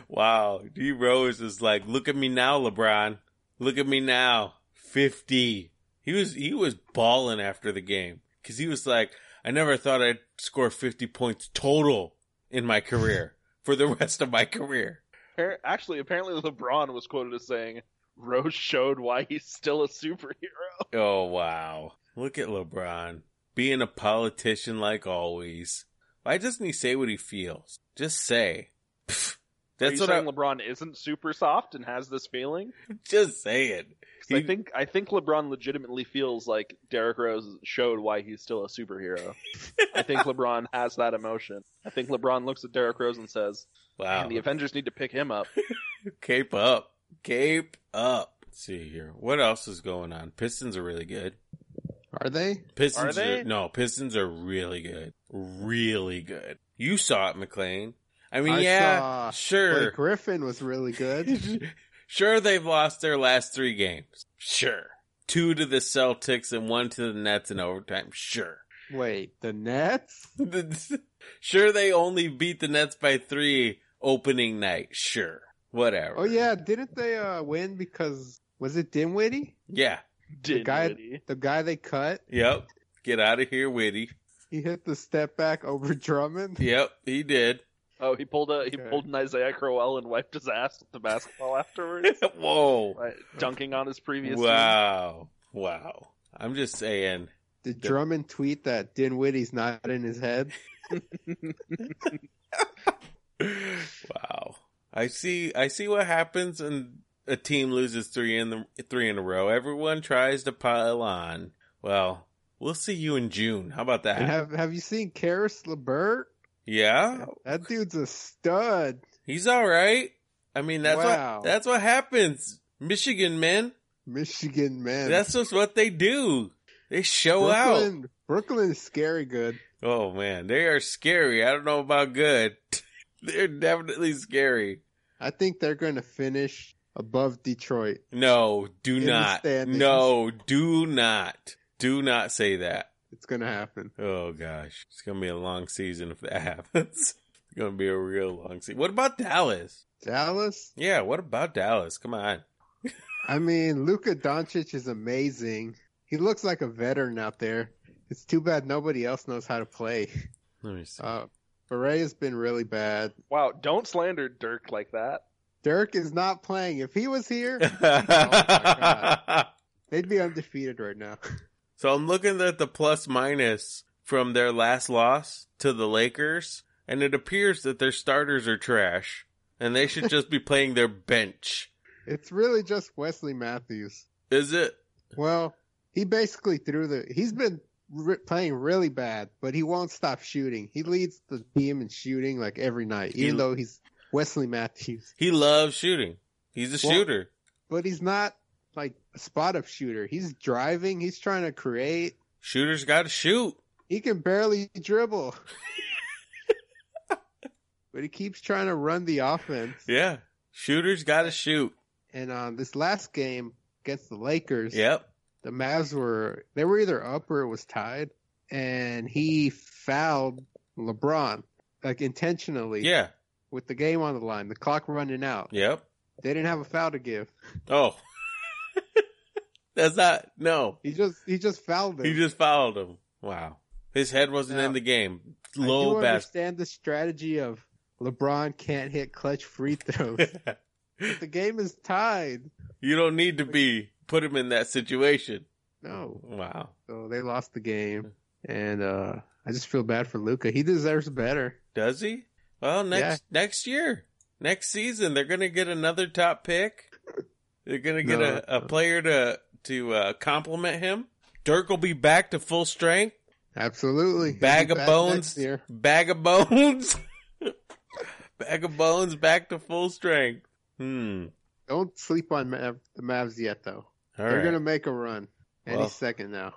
S1: Wow. D Rose is like, look at me now, LeBron. Look at me now. 50. He was, he was balling after the game. Cause he was like, I never thought I'd score 50 points total in my career for the rest of my career.
S4: Appar- Actually, apparently LeBron was quoted as saying Rose showed why he's still a superhero.
S1: Oh, wow. Look at LeBron being a politician like always. Why doesn't he say what he feels? Just say. Pfft.
S4: Are
S1: That's
S4: you
S1: what
S4: saying
S1: I'm
S4: LeBron isn't super soft and has this feeling?
S1: just saying.
S4: 'Cause I
S1: He-
S4: think I think LeBron legitimately feels like Derrick Rose showed why he's still a superhero. I think LeBron has that emotion. I think LeBron looks at Derrick Rose and says,
S1: Wow.
S4: "Man, the Avengers need to pick him up."
S1: Cape up. Cape up. Let's see here. What else is going on? Pistons are really good.
S2: Are they?
S1: Pistons
S4: Are they?
S1: no, Pistons are really good. Really good. You saw it, McLean. I mean,
S2: I
S1: yeah,
S2: saw
S1: sure.
S2: Blake Griffin was really good.
S1: sure, they've lost their last three games. Sure. Two to the Celtics and one to the Nets in overtime. Sure.
S2: Wait, the Nets?
S1: sure, they only beat the Nets by three opening night. Sure. Whatever.
S2: Oh yeah, didn't they uh, win because was it Dinwiddie?
S1: Yeah.
S2: guy-
S4: Dinwiddie.
S2: The guy they cut,
S1: Yep. Get out of here, Witty.
S2: he hit the step back over Drummond.
S1: Yep, he did.
S4: Oh, he pulled a he
S2: Okay.
S4: pulled an Isaiah Crowell and wiped his ass with the basketball afterwards,
S1: Whoa.
S4: right, dunking on his previous. team.
S1: Wow. Wow. I'm just saying.
S2: Did Drummond tweet that Dinwiddie's not in his head?
S1: wow. I see I see what happens when a team loses three in the three in a row. Everyone tries to pile on. Well, we'll see you in June. How about that?
S2: And have Have you seen Karis LeBert?
S1: yeah.
S2: That dude's a stud.
S1: He's all right. I mean, that's
S2: Wow.
S1: what that's what happens. Michigan men.
S2: Michigan man.
S1: That's just what they do. They show out.
S2: Brooklyn, Brooklyn is scary good.
S1: Oh man, they are scary. I don't know about good. They're definitely scary.
S2: I think they're going to finish above Detroit.
S1: No, do
S2: In the
S1: not.
S2: standings.
S1: No, do not. Do not say that.
S2: It's going to happen.
S1: Oh gosh, it's gonna be a long season if that happens. It's gonna be a real long season. What about Dallas?
S2: Dallas.
S1: Yeah, what about Dallas? Come on.
S2: I mean, Luka Doncic is amazing. He looks like a veteran out there. It's too bad nobody else knows how to play.
S1: Let me see.
S2: Uh, Beret has been really bad.
S4: Wow! Don't slander Dirk like that.
S2: oh Dirk is not playing. If he was here, They'd be undefeated right now.
S1: So I'm looking at the plus minus from their last loss to the Lakers, and it appears that their starters are trash, and they should just be playing their bench.
S2: It's really just Wesley Matthews.
S1: Is it?
S2: Well, he basically threw the. He's been re- playing really bad, but he won't stop shooting. He leads the team in shooting like every night,
S1: He-
S2: even though he's Wesley Matthews.
S1: He loves shooting. He's a
S2: Well-
S1: shooter.
S2: But he's not like a spot up shooter. He's driving. He's trying to create.
S1: Shooters got to shoot.
S2: He can barely dribble. but he keeps trying to run the offense.
S1: Yeah. Shooters got to shoot.
S2: And on this last game against the Lakers,
S1: Yep.
S2: the Mavs were they were either up or it was tied, and he fouled LeBron like intentionally.
S1: Yeah.
S2: With the game on the line, the clock running out,
S1: Yep.
S2: they didn't have a foul to give.
S1: Oh. That's not. No.
S2: He just he just fouled him.
S1: He just fouled him. Wow. His head wasn't
S2: Now,
S1: in the game.
S2: I
S1: Low
S2: do
S1: basket.
S2: understand the strategy of LeBron can't hit clutch free throws. But the game is tied.
S1: you don't need to be put him in that situation.
S2: No,
S1: Wow.
S2: so they lost the game, and uh I just feel bad for Luca. He deserves better.
S1: Does he? Well, next next year, next season, they're gonna get another top pick. They're gonna get
S2: No.
S1: a, a player to to uh, compliment him. Dirk will be back to full strength.
S2: Absolutely, He'll
S1: Bag
S2: be
S1: of
S2: back
S1: bones.
S2: next year.
S1: Bag of bones. bag of bones back to full strength. Hmm.
S2: Don't sleep on Mav- the Mavs yet, though.
S1: All
S2: They're
S1: right.
S2: gonna make a run any
S1: Well.
S2: second now.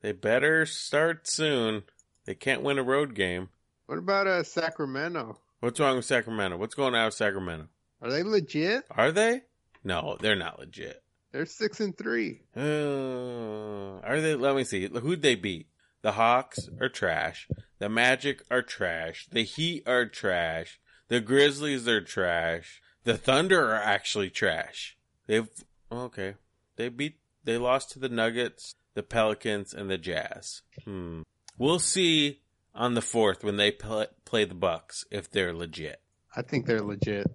S1: They better start soon. They can't win a road game.
S2: What about uh, Sacramento?
S1: What's wrong with Sacramento? What's going on with Sacramento?
S2: Are they legit?
S1: Are they? No, they're not legit.
S2: They're six and three.
S1: Uh, are they? Let me see. Who'd they beat? The Hawks are trash. The Magic are trash. The Heat are trash. The Grizzlies are trash. The Thunder are actually trash. They've okay. They beat. They lost to the Nuggets, the Pelicans, and the Jazz. Hmm. We'll see on the fourth when they play, play the Bucks if they're legit.
S2: I think they're legit.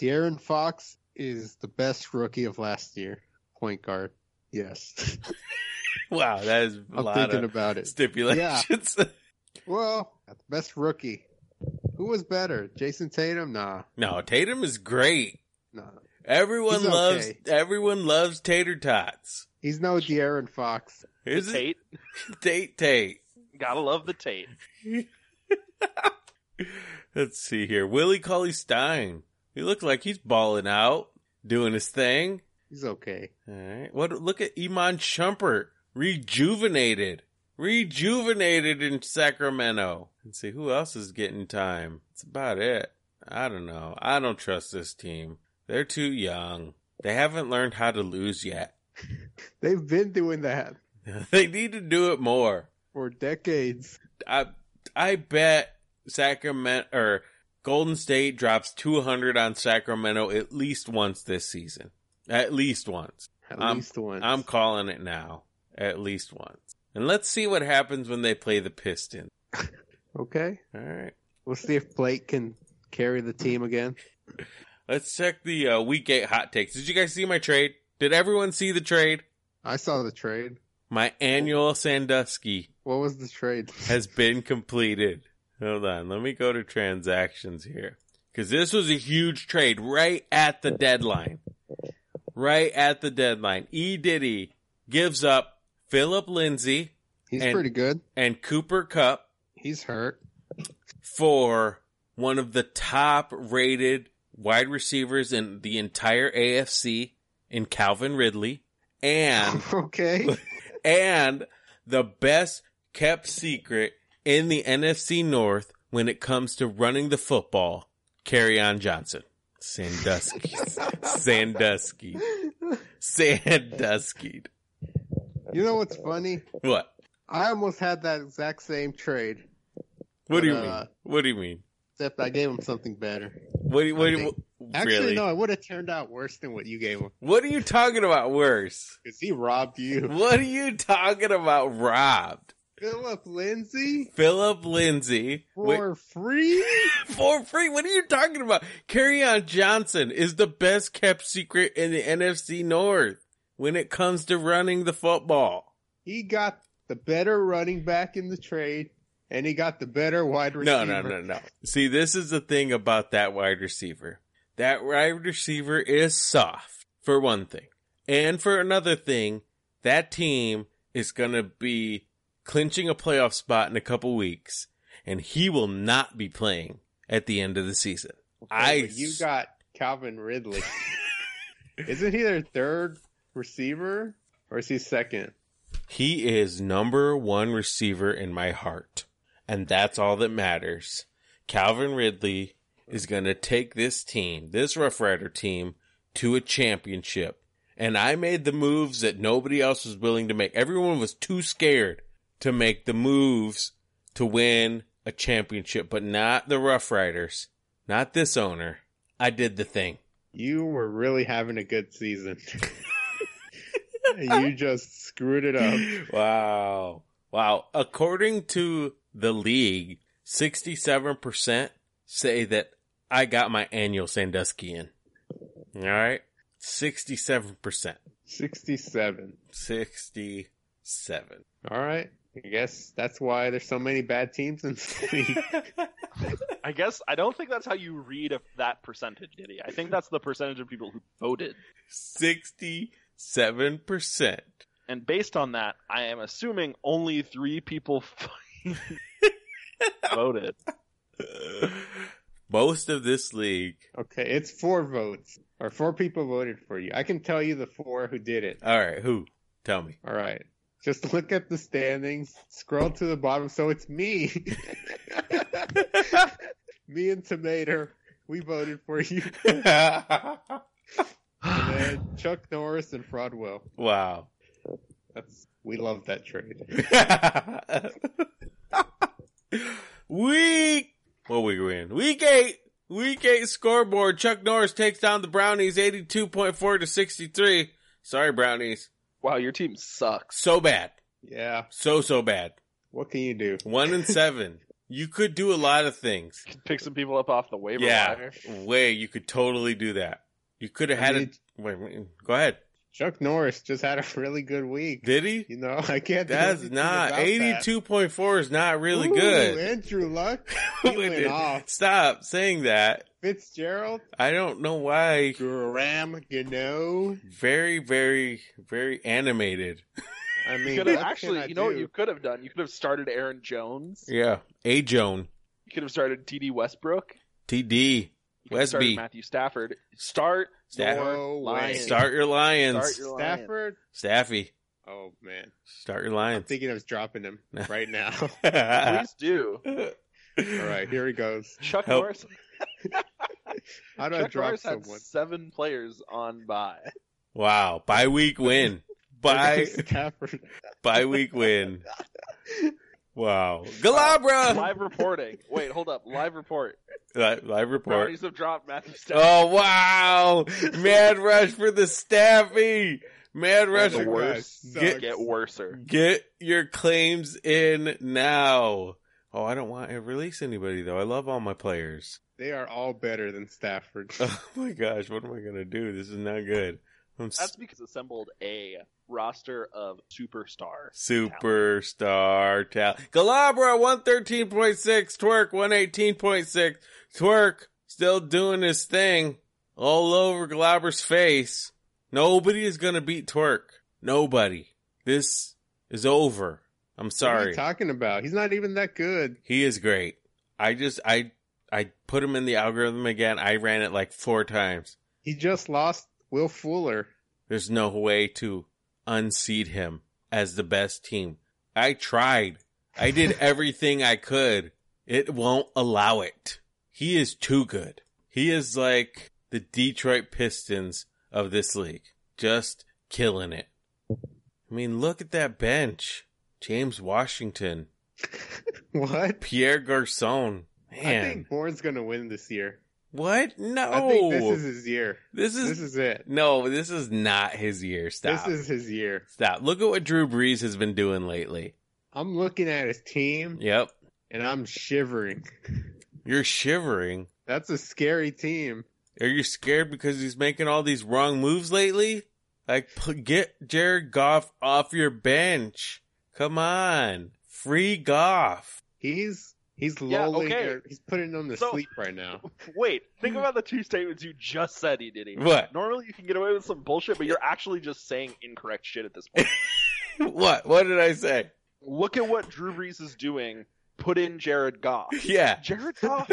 S2: De'Aaron Fox is the best rookie of last year, point guard. Yes,
S1: Wow, that is a
S2: I'm
S1: lot
S2: thinking
S1: of
S2: about it.
S1: stipulations.
S2: Well, the best rookie. Who was better, Jason Tatum? Nah,
S1: no, Tatum is great.
S2: nah.
S1: Everyone
S2: He's okay.
S1: loves everyone loves tater tots.
S2: He's no De'Aaron Fox.
S1: Is it
S4: Tate,
S1: Tate Tate?
S4: gotta love the Tate.
S1: Let's see here. Willie Cauley Stein. He looks like he's balling out, doing his thing.
S2: He's okay.
S1: All right. What? Look at Iman Shumpert, rejuvenated, rejuvenated in Sacramento. Let's see who else is getting time. That's about it. I don't know. I don't trust this team. They're too young. They haven't learned how to lose yet.
S2: They've been doing that
S1: they need to do it more.
S2: for decades.
S1: I I bet Sacramento or Golden State drops 200 on Sacramento at least once this season. At least once.
S2: At
S1: I'm-
S2: least once.
S1: I'm calling it now, at least once. And let's see what happens when they play the Pistons.
S2: okay.
S1: All right.
S2: We'll see if Blake can carry the team again.
S1: Let's check the uh, week eight hot takes. Did you guys see my trade? Did everyone see the trade?
S2: I saw the trade.
S1: My annual Sandusky
S2: What was the trade?
S1: has been completed. Hold on. Let me go to transactions here. Because this was a huge trade right at the deadline. Right at the deadline. E. Diddy gives up Philip Lindsay
S2: He's
S1: and-
S2: pretty good.
S1: and Cooper Cup
S2: He's hurt.
S1: for one of the top rated wide receivers in the entire AFC in Calvin Ridley and
S2: okay.
S1: and the best kept secret in the NFC North when it comes to running the football, Carry on Johnson. Sandusky. Sandusky. Sandusky.
S2: You know what's funny?
S1: What?
S2: I almost had that exact same trade,
S1: What do you
S2: But,
S1: mean?
S2: uh,
S1: What do you mean?
S2: except I gave him something better.
S1: What do you, what do
S2: I
S1: you,
S2: Actually,
S1: really?
S2: no, it would have turned out worse than what you gave him
S1: What are you talking about worse?
S2: because he robbed you.
S1: What are you talking about, robbed?
S2: Philip Lindsay
S1: Philip Lindsay wait,
S2: for free?
S1: for free. What are you talking about? Carry on Johnson is the best kept secret in the NFC North. when it comes to running the football.
S2: He got the better running back in the trade, and he got the better wide
S1: No,
S2: receiver.
S1: no, no, no. See, this is the thing about that wide receiver. That wide receiver is soft, for one thing. And for another thing, that team is going to be clinching a playoff spot in a couple weeks, and he will not be playing at the end of the season. I-
S2: but you got Calvin Ridley. Isn't he their third receiver, or is he second?
S1: He is number one receiver in my heart. And that's all that matters. Calvin Ridley is going to take this team, this Rough Rider team, to a championship. And I made the moves that nobody else was willing to make. Everyone was too scared to make the moves to win a championship, but not the Rough Riders, not this owner. I did the thing.
S2: You were really having a good season. you just screwed it up.
S1: wow. Wow. According to the league, 67% say that I got my annual Sandusky in. All right. 67%.
S2: 67.
S1: 67.
S2: All right. I guess that's why there's so many bad teams in the league.
S4: I guess I don't think that's how you read of that percentage, Diddy. I think that's the percentage of people who voted.
S1: 67%.
S4: And based on that, I am assuming only three people fucking voted.
S1: Most of this league.
S2: Okay, it's four votes, or four people voted for you. I can tell you the four who did it.
S1: All right. Who? Tell me.
S2: All right. Just look at the standings, scroll to the bottom. So it's me. me and Tomato, we voted for you. And Chuck Norris and Fraudwell.
S1: wow.
S2: That's we love that trade.
S1: week what week we in? Week eight. Week eight scoreboard. Chuck Norris takes down the Brownies eighty two point four to sixty three. Sorry, Brownies.
S4: Wow, your team sucks.
S1: So bad.
S2: Yeah.
S1: So so bad.
S2: What can you do?
S1: One and seven. You could do a lot of things.
S4: Pick some people up off the waiver
S1: Yeah.
S4: wire.
S1: Way you could totally do that. You could have
S2: I
S1: had
S2: mean-
S1: it. Wait, wait, go ahead.
S2: Chuck Norris just had a really good week.
S1: Did he?
S2: You know, I can't. do
S1: That's
S2: anything
S1: not
S2: about that.
S1: eighty two point four is not really
S2: Ooh,
S1: good.
S2: Andrew Luck, he went off.
S1: Stop saying that.
S2: Fitzgerald,
S1: I don't know why.
S2: Graham Gano.
S1: Very, very, very animated.
S2: I
S4: You
S2: mean,
S4: could
S2: what
S4: have
S2: can
S4: actually,
S2: I
S4: you know what
S2: do?
S4: you could have done? You could have started Aaron Jones.
S1: Yeah. A Joan.
S4: You could have started TD Westbrook.
S1: TD.
S4: You could have started
S1: Westby.
S4: Matthew Stafford. Start
S1: Stafford.
S2: No
S4: your
S2: way.
S4: Lions.
S1: Start your Lions.
S4: Start your Lions.
S2: Stafford.
S1: Staffy.
S2: Oh man,
S1: Start your
S2: I'm
S1: Lions.
S2: thinking of dropping him right now.
S1: uh,
S4: Please do.
S2: All right, here he goes.
S4: Chuck
S1: Help.
S4: Norris.
S2: How do I
S4: Chuck
S2: drop
S4: Norris had
S2: someone?
S4: seven players on by.
S1: Wow. Bye week win. Bye
S2: Stafford.
S1: bye week win. Wow. Galabra.
S4: Live reporting. Wait, hold up. Live report.
S1: Live, live report.
S4: Brownies have dropped Matthew Stafford.
S1: Oh wow! Mad rush for the Staffy. Mad rush.
S4: the
S2: That guy
S4: worst.
S2: sucks.
S1: Get-
S4: Get worser.
S1: Get your claims in now. Oh, I don't want to release anybody though. I love all my players.
S2: They are all better than Stafford.
S1: Oh my gosh, what am I gonna do? This is not good. I'm s-
S4: That's because assembled a roster of superstars.
S1: superstar talent. Galabra one thirteen point six. Twerk one eighteen point six. Twerk still doing his thing all over Galabra's face. Nobody is gonna beat Twerk. Nobody. This is over. I'm
S2: What are
S1: sorry.
S2: you talking about? He's not even that good.
S1: He is great. I just I I put him in the algorithm again. I ran it like four times.
S2: He just lost Will Fuller.
S1: There's no way to unseat him as the best team. I tried. I did everything I could. It won't allow it. He is too good. He is like the Detroit Pistons of this league. Just killing it. I mean, look at that bench. James Washington,
S2: What?
S1: Pierre Garcon. Man.
S2: I think Bourne's gonna win this year.
S1: What? No.
S2: I think
S1: Oh.
S2: this is his year. This is it.
S1: no. This is not his year. Stop.
S2: This is his year.
S1: Stop. Look at what Drew Brees has been doing lately.
S2: I'm looking at his team
S1: Yep.
S2: and I'm shivering.
S1: You're shivering.
S2: That's a scary team.
S1: Are you scared because he's making all these wrong moves lately? Like, p- get Jared Goff off your bench. Come on. Free Goff.
S2: He's he's
S4: Yeah,
S2: lulling.
S4: okay.
S2: her- He's putting them to
S4: So-
S2: sleep right now.
S4: Wait, think about the two statements you just said, Edini.
S1: What?
S4: Normally you can get away with some bullshit, but you're actually just saying incorrect shit at this point.
S1: What? What did I say?
S4: Look at what Drew Brees is doing. Put in Jared Goff.
S1: Yeah.
S4: Jared Goff.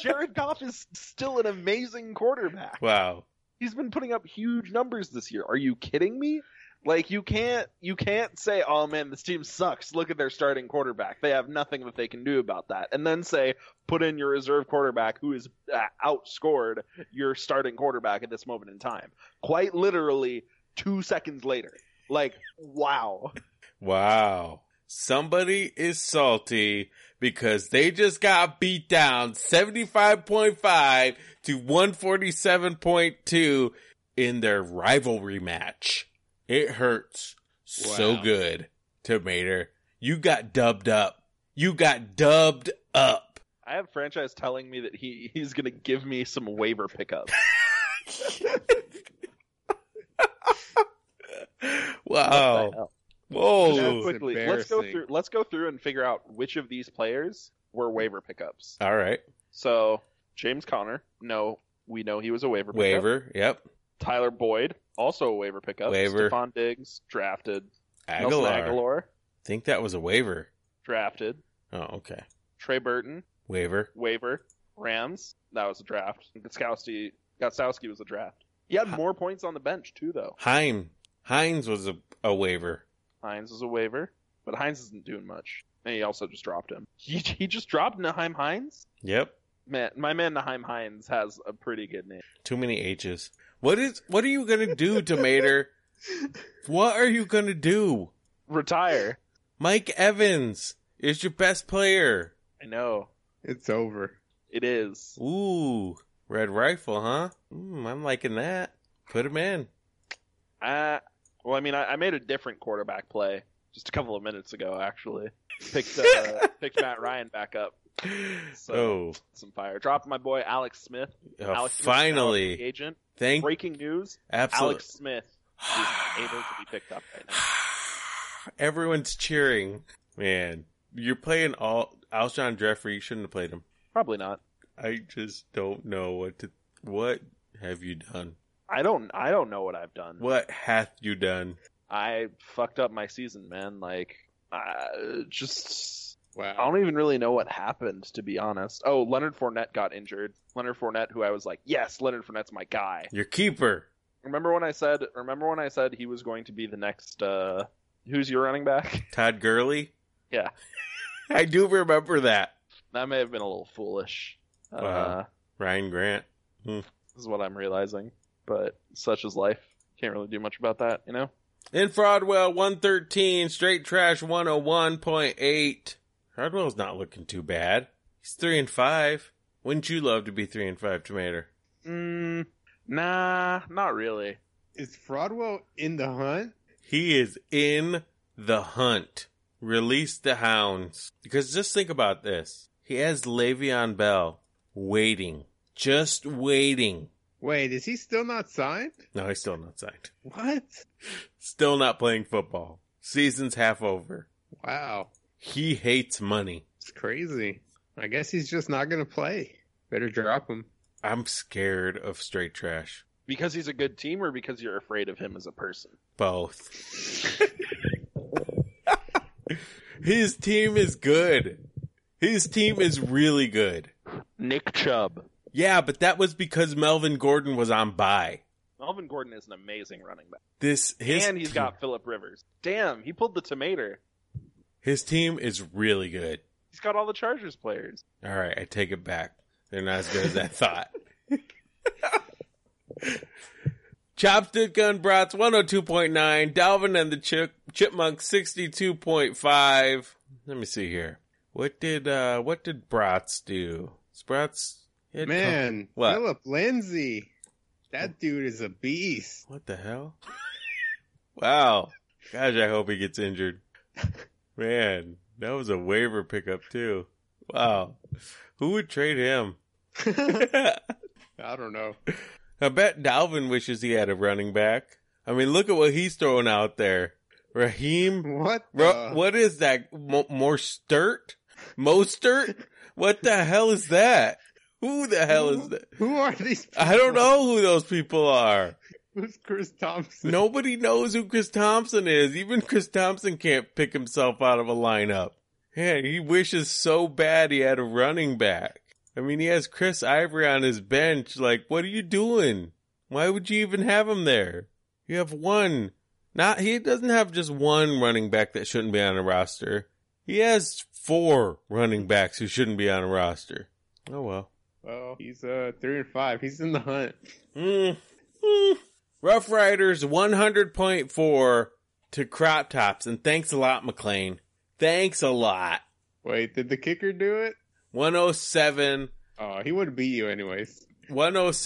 S4: Jared Goff is still an amazing quarterback.
S1: wow.
S4: He's been putting up huge numbers this year. Are you kidding me? Like you can't you can't say, "Oh man, this team sucks. Look at their starting quarterback. They have nothing that they can do about that." And then say, "Put in your reserve quarterback who is uh, outscored your starting quarterback at this moment in time." Quite literally 2 seconds later. Like, wow.
S1: Wow. Somebody is salty because they just got beat down 75.5 to 147.2 in their rivalry match. It hurts so
S2: Wow.
S1: good, Tomater. You got dubbed up. You got dubbed up.
S4: I have franchise telling me that he he's going to give me some waiver pickup.
S1: wow.
S4: Just
S1: Whoa.
S2: That's
S4: quickly, let's go
S2: embarrassing.
S4: through. Let's go through and figure out which of these players were waiver pickups.
S1: All right.
S4: So James Conner, no, we know he was a waiver. pickup.
S1: Waiver. Yep.
S4: Tyler Boyd, also a waiver pickup.
S1: Waiver.
S4: Stephon Diggs, drafted. Nelson
S1: Aguilar.
S4: Aguilar,
S1: think that was a waiver.
S4: drafted.
S1: Oh, okay.
S4: Trey Burton,
S1: Waiver.
S4: waiver. Rams, that was a draft. Gostowski, Gostowski was a draft. He had more points on the bench too, though.
S1: Hines. Hines was a, a waiver.
S4: Hines was a waiver, but Hines isn't doing much, and he also just dropped him. He he just dropped Naheem Hines.
S1: Yep.
S4: Man, my man Naheim Hines has a pretty good name.
S1: Too many H's. What is? What are you gonna do, Tomater? what are you gonna do?
S4: Retire.
S1: Mike Evans is your best player.
S4: I know
S2: It's over.
S4: it is.
S1: Ooh, red rifle, huh? Mm, I'm liking that. Put him in.
S4: Uh, well, I mean, I, I made a different quarterback play just a couple of minutes ago. Actually, picked uh, picked Matt Ryan back up. So-
S1: oh,
S4: Some fire. Dropped my boy Alex Smith.
S1: Oh,
S4: Alex Smith is now a free
S1: finally.
S4: agent.
S1: Thank
S4: Breaking news:
S1: absolutely.
S4: Alex Smith is able to be picked up right now.
S1: Everyone's cheering. Man, you're playing all Alshon Jeffrey. You shouldn't have played him.
S4: Probably not.
S1: I just don't know what to. What have you done?
S4: I don't. I don't know what I've done.
S1: What hath you done?
S4: I fucked up my season, man. Like, uh, just I
S2: Wow.
S4: don't even really know what happened, to be honest. Oh, Leonard Fournette got injured. Leonard Fournette, who I was like, yes, Leonard Fournette's my guy.
S1: Your keeper.
S4: Remember when I said? Remember when I said he was going to be the next? uh Who's your running back?
S1: Todd Gurley?
S4: Yeah.
S1: I do remember that.
S4: that may have been a little foolish. Uh,
S1: Wow. Ryan Grant.
S4: this is what I'm realizing, but such is life. Can't really do much about that, you know.
S1: In Fraudwell, 113. Straight Trash, 101.8. Fraudwell's not looking too bad. He's 3 and 5. Wouldn't you love to be 3 and 5, Tomater?
S4: Mm, nah, not really.
S2: Is Fraudwell in the hunt?
S1: He is in the hunt. Release the hounds. Because just think about this. He has Le'Veon Bell waiting. Just waiting.
S2: Wait, is he still not signed?
S1: No, he's still not signed.
S2: What?
S1: Still not playing football. Season's half over.
S2: Wow.
S1: He hates money.
S2: It's crazy. I guess he's just not going to play. Better drop him.
S1: I'm scared of straight trash.
S4: Because he's a good team, or because you're afraid of him as a person.
S1: Both. His team is good. His team is really good.
S4: Nick Chubb.
S1: Yeah, but that was because Melvin Gordon was on bye.
S4: Melvin Gordon is an amazing running back.
S1: This his
S4: and he's
S1: team-
S4: got Philip Rivers. Damn, he pulled the tomato.
S1: his team is really good.
S4: He's got all the Chargers players.
S1: All right, I take it back. They're not as good as I thought. Chopstick Gun oh Brats 102.9, Dalvin and the Chip, Chipmunk 62.5. Let me see here. What did uh what did Brats do? Brats it
S2: Man,
S1: What?
S2: Philip Lindsay. That dude is a beast.
S1: What the hell? wow. Gosh, I hope he gets injured. Man, that was a waiver pickup too. Wow. Who would trade him?
S2: I don't know.
S1: I bet Dalvin wishes he had a running back. I mean, look at what he's throwing out there. Raheem,
S2: What?
S1: Ro-
S2: the-
S1: what is that? Mo- Morstert? Mostert? What the hell is that? Who the hell is that?
S2: Who are these? People?
S1: I don't know who those people are.
S2: Who's Chris Thompson?
S1: Nobody knows who Chris Thompson is. Even Chris Thompson can't pick himself out of a lineup. Yeah, he wishes so bad he had a running back. I mean, he has Chris Ivory on his bench. Like, what are you doing? Why would you even have him there? You have one. Not he doesn't have just one running back that shouldn't be on a roster. He has four running backs who shouldn't be on a roster. Oh well.
S2: Well, he's uh three and five. He's in the hunt.
S1: Mm. Mm. Rough Riders 100.4 to Crop Tops. And thanks a lot, McLean. Thanks a lot.
S2: Wait, did the kicker do it?
S1: 107,
S2: Oh, he would beat you anyways.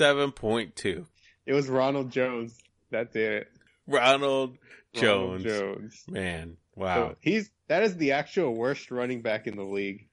S1: 107.2.
S2: It was Ronald Jones that did it.
S1: Ronald
S2: Ronald
S1: Jones.
S2: Jones.
S1: Man,
S2: So
S1: wow.
S2: he's that is the actual worst running back in the league.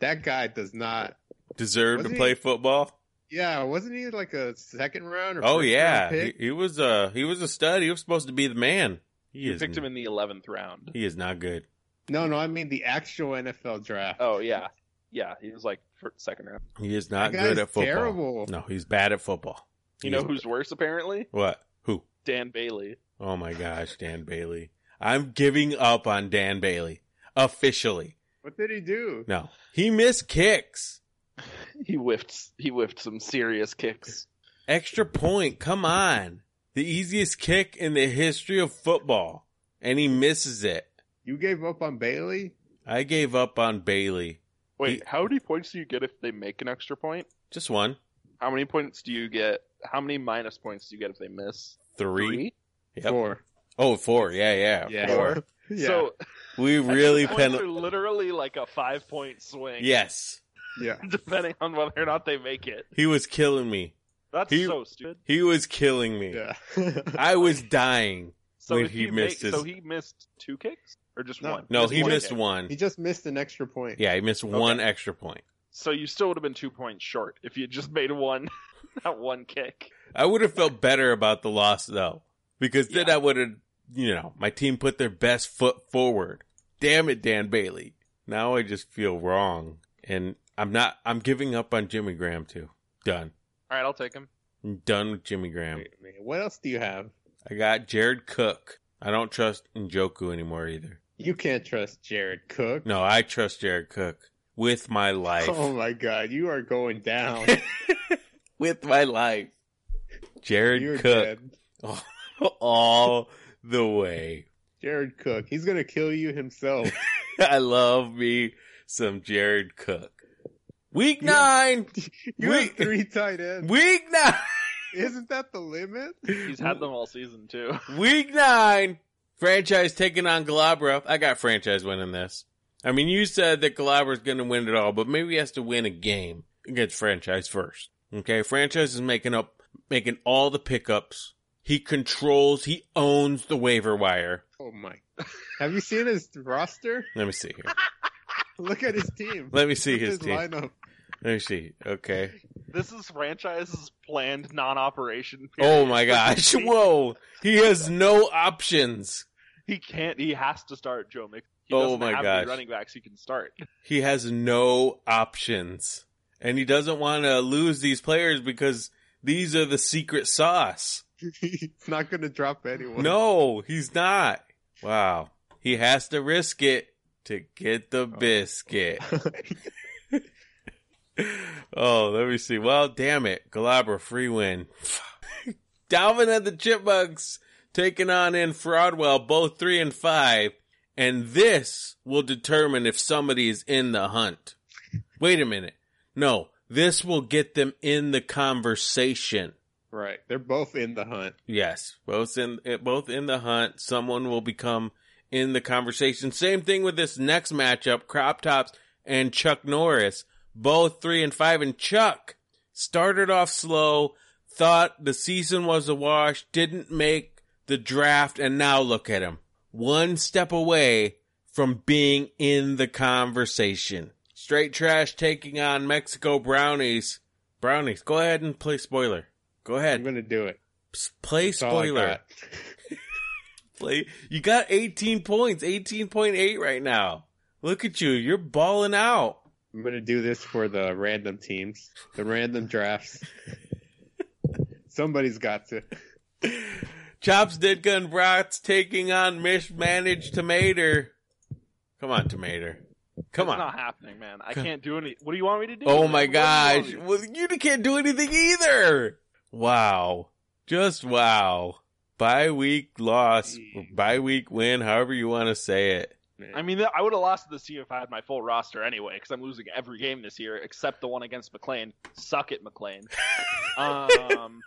S2: That guy does not.
S1: Deserved to
S2: Wasn't
S1: play
S2: he-
S1: football.
S2: Yeah, wasn't he like a second round? Or
S1: Oh
S2: first
S1: yeah,
S2: round
S1: he,
S2: pick?
S1: he was a he was a stud. He was supposed to be the man. He
S4: You
S1: is
S4: picked him in the eleventh round.
S1: he is not good.
S2: No, no, I mean the actual NFL draft.
S4: Oh yeah, yeah. He was like for second round.
S1: He is not
S2: That guy
S1: good
S2: is
S1: at football.
S2: terrible.
S1: No, he's bad at football.
S4: You
S1: He
S4: know
S1: is-
S4: who's worse apparently?
S1: what? Who?
S4: Dan Bailey.
S1: Oh my gosh, Dan Bailey. I'm giving up on Dan Bailey. Officially.
S2: What did he do?
S1: No. He missed kicks.
S4: He whiffed. He whiffed some serious kicks.
S1: Extra point. Come on. The easiest kick in the history of football. And he misses it.
S2: You gave up on Bailey?
S1: I gave up on Bailey.
S4: Wait,
S1: He-
S4: how many points do you get if they make an extra point?
S1: Just one.
S4: How many points do you get? How many minus points do you get if they miss?
S1: Three. Yep.
S2: Four.
S1: Oh, four. Yeah, yeah.
S2: Yeah.
S1: Four.
S2: Yeah.
S4: So
S1: We really
S4: points
S1: penal
S4: are literally like a five point swing.
S1: Yes.
S2: yeah.
S4: Depending on whether or not they make it.
S1: He was killing me.
S4: That's
S1: He-
S4: so stupid.
S1: He was killing me.
S2: Yeah.
S1: I was dying.
S4: So
S1: When
S4: if
S1: he
S4: he
S1: missed
S4: make-
S1: his-
S4: so he missed two kicks or just
S2: No.
S4: one?
S1: No,
S4: Just
S1: he
S4: one
S1: missed
S4: kick.
S1: one.
S2: he just missed an extra point.
S1: Yeah, he missed one extra point.
S4: So you still would have been two points short if you had just made one, that one kick.
S1: I would have felt better about the loss though, because then
S4: Yeah.
S1: I would have, you know, my team put their best foot forward. Damn it, Dan Bailey. Now I just feel wrong, and I'm not. I'm giving up on Jimmy Graham too. Done.
S4: All right, I'll take him.
S1: I'm done with Jimmy Graham.
S2: Wait, man, what else do you have?
S1: I got Jared Cook. I don't trust Njoku anymore either.
S2: You can't trust Jared Cook.
S1: No, I trust Jared Cook with my life.
S2: Oh my god, you are going down.
S1: with my life. Jared
S2: You're
S1: Cook
S2: dead.
S1: all the way.
S2: Jared Cook. He's gonna kill you himself.
S1: I love me some Jared Cook. Week
S2: Yeah.
S1: nine,
S2: You
S1: We-
S2: have three tight ends.
S1: week nine,
S2: Isn't that the limit?
S4: He's had them all season too.
S1: week nine. Franchise taking on Galabra. I got franchise winning this. I mean, you said that Galabra's going to win it all, but maybe he has to win a game against franchise first. Okay, franchise is making up, making all the pickups. He controls, he owns the waiver wire.
S2: Oh my. Have you seen his roster?
S1: Let me see here.
S2: Look at his team.
S1: Let me see
S2: Look at
S1: his team.
S2: lineup.
S1: Let me see. Okay.
S4: This is franchise's planned non-operation.
S1: Oh
S4: period.
S1: my gosh. Whoa. He has no options.
S4: He can't. He has to start Joe Mixon. He
S1: Oh
S4: doesn't
S1: my
S4: have
S1: gosh.
S4: The running backs he can start.
S1: He has no options. And he doesn't want to lose these players because these are the secret sauce.
S2: He's not gonna drop anyone.
S1: No, he's not. Wow. He has to risk it to get the biscuit. Oh, let me see. Well, damn it. Galabra, free win. Dalvin and the Chipmunks taking on in Fraudwell, both three and five. And this will determine if somebody is in the hunt. Wait a minute. No, this will get them in the conversation.
S2: right. They're both in the hunt.
S1: Yes, both in it- both in the hunt. Someone will become in the conversation. Same thing with this next matchup: Crop Tops and Chuck Norris, both three and five. And Chuck started off slow, thought the season was a wash, didn't make the draft, and now look at him, one step away from being in the conversation. Straight trash taking on Mexico Brownies. Brownies, go ahead and play spoiler. Go ahead.
S2: I'm gonna do it.
S1: S- Play
S2: That's all I
S1: spoiler.
S2: got.
S1: Play. You got 18 points, 18.8 right now. Look at you. You're balling out.
S2: I'm gonna do this for the random teams, the random drafts. Somebody's got to.
S1: Chops Ditka and Brats taking on mismanaged Tomater. Come on, Tomater. Come
S4: it's
S1: on.
S4: not happening, man. I can't do any. What do you want me to do?
S1: Oh
S4: What
S1: my
S4: do you want
S1: gosh.
S4: me to do?
S1: Well, you can't do anything either. Wow. Just wow. Bye week loss,
S2: Jeez.
S1: bye week win, however you want to say it.
S4: I mean, I would have lost this year if I had my full roster anyway, because I'm losing every game this year except the one against McLean. Suck it, McLean. um,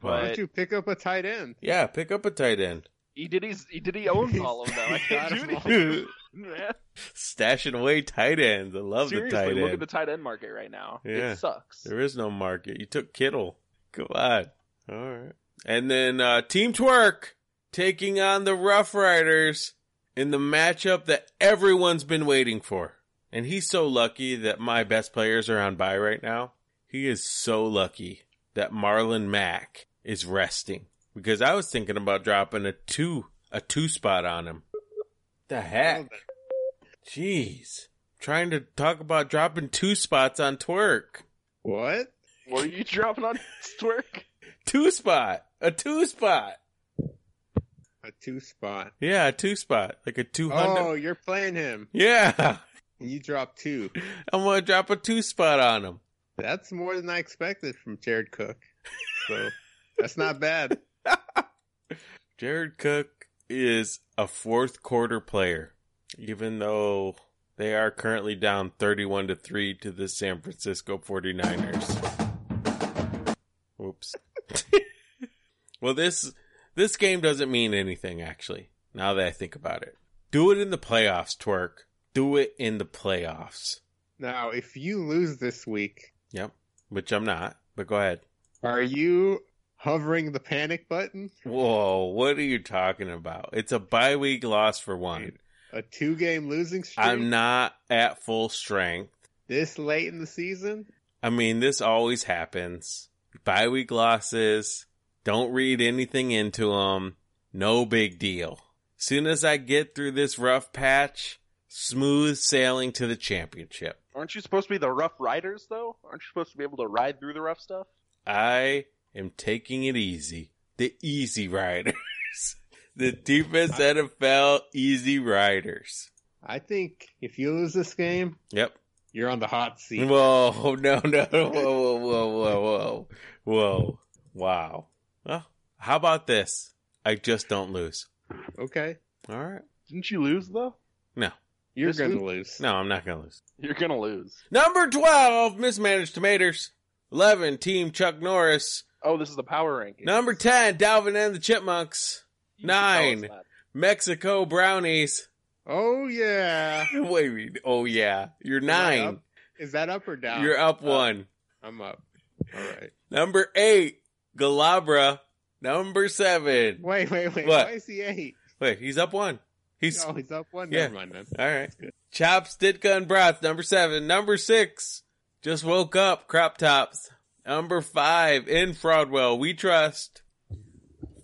S2: why
S4: but-
S2: don't you pick up a tight end?
S1: Yeah, pick up a tight end.
S4: he did. He's, he did. He owns all of them. I can't
S2: Got
S4: do
S2: him all.
S4: anything. man.
S1: Stashing away tight ends. I love
S4: Seriously,
S1: the tight
S4: look
S1: end.
S4: at the tight end market right now.
S1: Yeah.
S4: It sucks.
S1: there is no market. You took Kittle. Come on. All right. And then uh, Team Twerk taking on the Rough Riders in the matchup that everyone's been waiting for. And he's so lucky that my best players are on bye right now. He is so lucky that Marlon Mack is resting because I was thinking about dropping a two a two spot on him. The heck, jeez! Trying to talk about dropping two spots on Twerk.
S2: What?
S4: Were you dropping on Twerk?
S1: Two spot. A two spot.
S2: A two spot.
S1: Yeah, a two spot. Like a 200.
S2: Oh, you're playing him.
S1: Yeah.
S2: You dropped two.
S1: I'm going to drop a two spot on him.
S2: That's more than I expected from Jared Cook. So that's not bad.
S1: Jared Cook is a fourth quarter player, even though they are currently down 31 to 3 to the San Francisco 49ers. Oops. well, this this game doesn't mean anything actually. Now that I think about it. Do it in the playoffs, twerk. Do it in the playoffs.
S2: Now, if you lose this week,
S1: Yep. Which I'm not, but go ahead.
S2: are you hovering the panic button?
S1: Whoa, what are you talking about? It's a bye week loss for one.
S2: A two game losing streak
S1: I'm not at full strength.
S2: this late in the season?
S1: I mean, this always happens. Bye week losses. Don't read anything into them. No big deal. Soon as I get through this rough patch, smooth sailing to the championship.
S4: Aren't you supposed to be the rough riders though? Aren't you supposed to be able to ride through the rough stuff?
S1: I am taking it easy. The easy riders. the deepest NFL easy riders.
S2: I think if you lose this game,
S1: Yep.
S2: you're on the hot seat.
S1: Whoa, no, no, whoa, whoa, whoa, whoa, whoa, whoa, wow. Well, how about this? I just don't lose.
S2: Okay.
S1: All right.
S4: Didn't you lose though?
S1: No,
S2: You're
S4: This
S2: going
S4: week-
S2: to lose.
S1: no, I'm not going to lose.
S4: You're gonna lose.
S1: Number 12, Mismanaged Tomatoes. 11, Team Chuck Norris.
S4: Oh, this is the power ranking.
S1: Number 10, Dalvin and the Chipmunks. nine.
S4: That.
S1: Mexico Brownies.
S2: Oh, yeah.
S1: Wait, wait, oh yeah. You're
S2: I
S1: nine.
S2: up? Is that up or down?
S1: You're up one.
S2: I'm up. All right.
S1: Number eight, Galabra. Number seven.
S2: Wait, wait, wait.
S1: What?
S2: Why is he eight?
S1: Wait, he's up one. He's
S2: Oh, he's up one.
S1: Yeah.
S2: Never mind then.
S1: All right. Chops, Ditka, and Broth, number seven. Number six, just woke up, Crop Tops. Number five, in Fraudwell, we trust.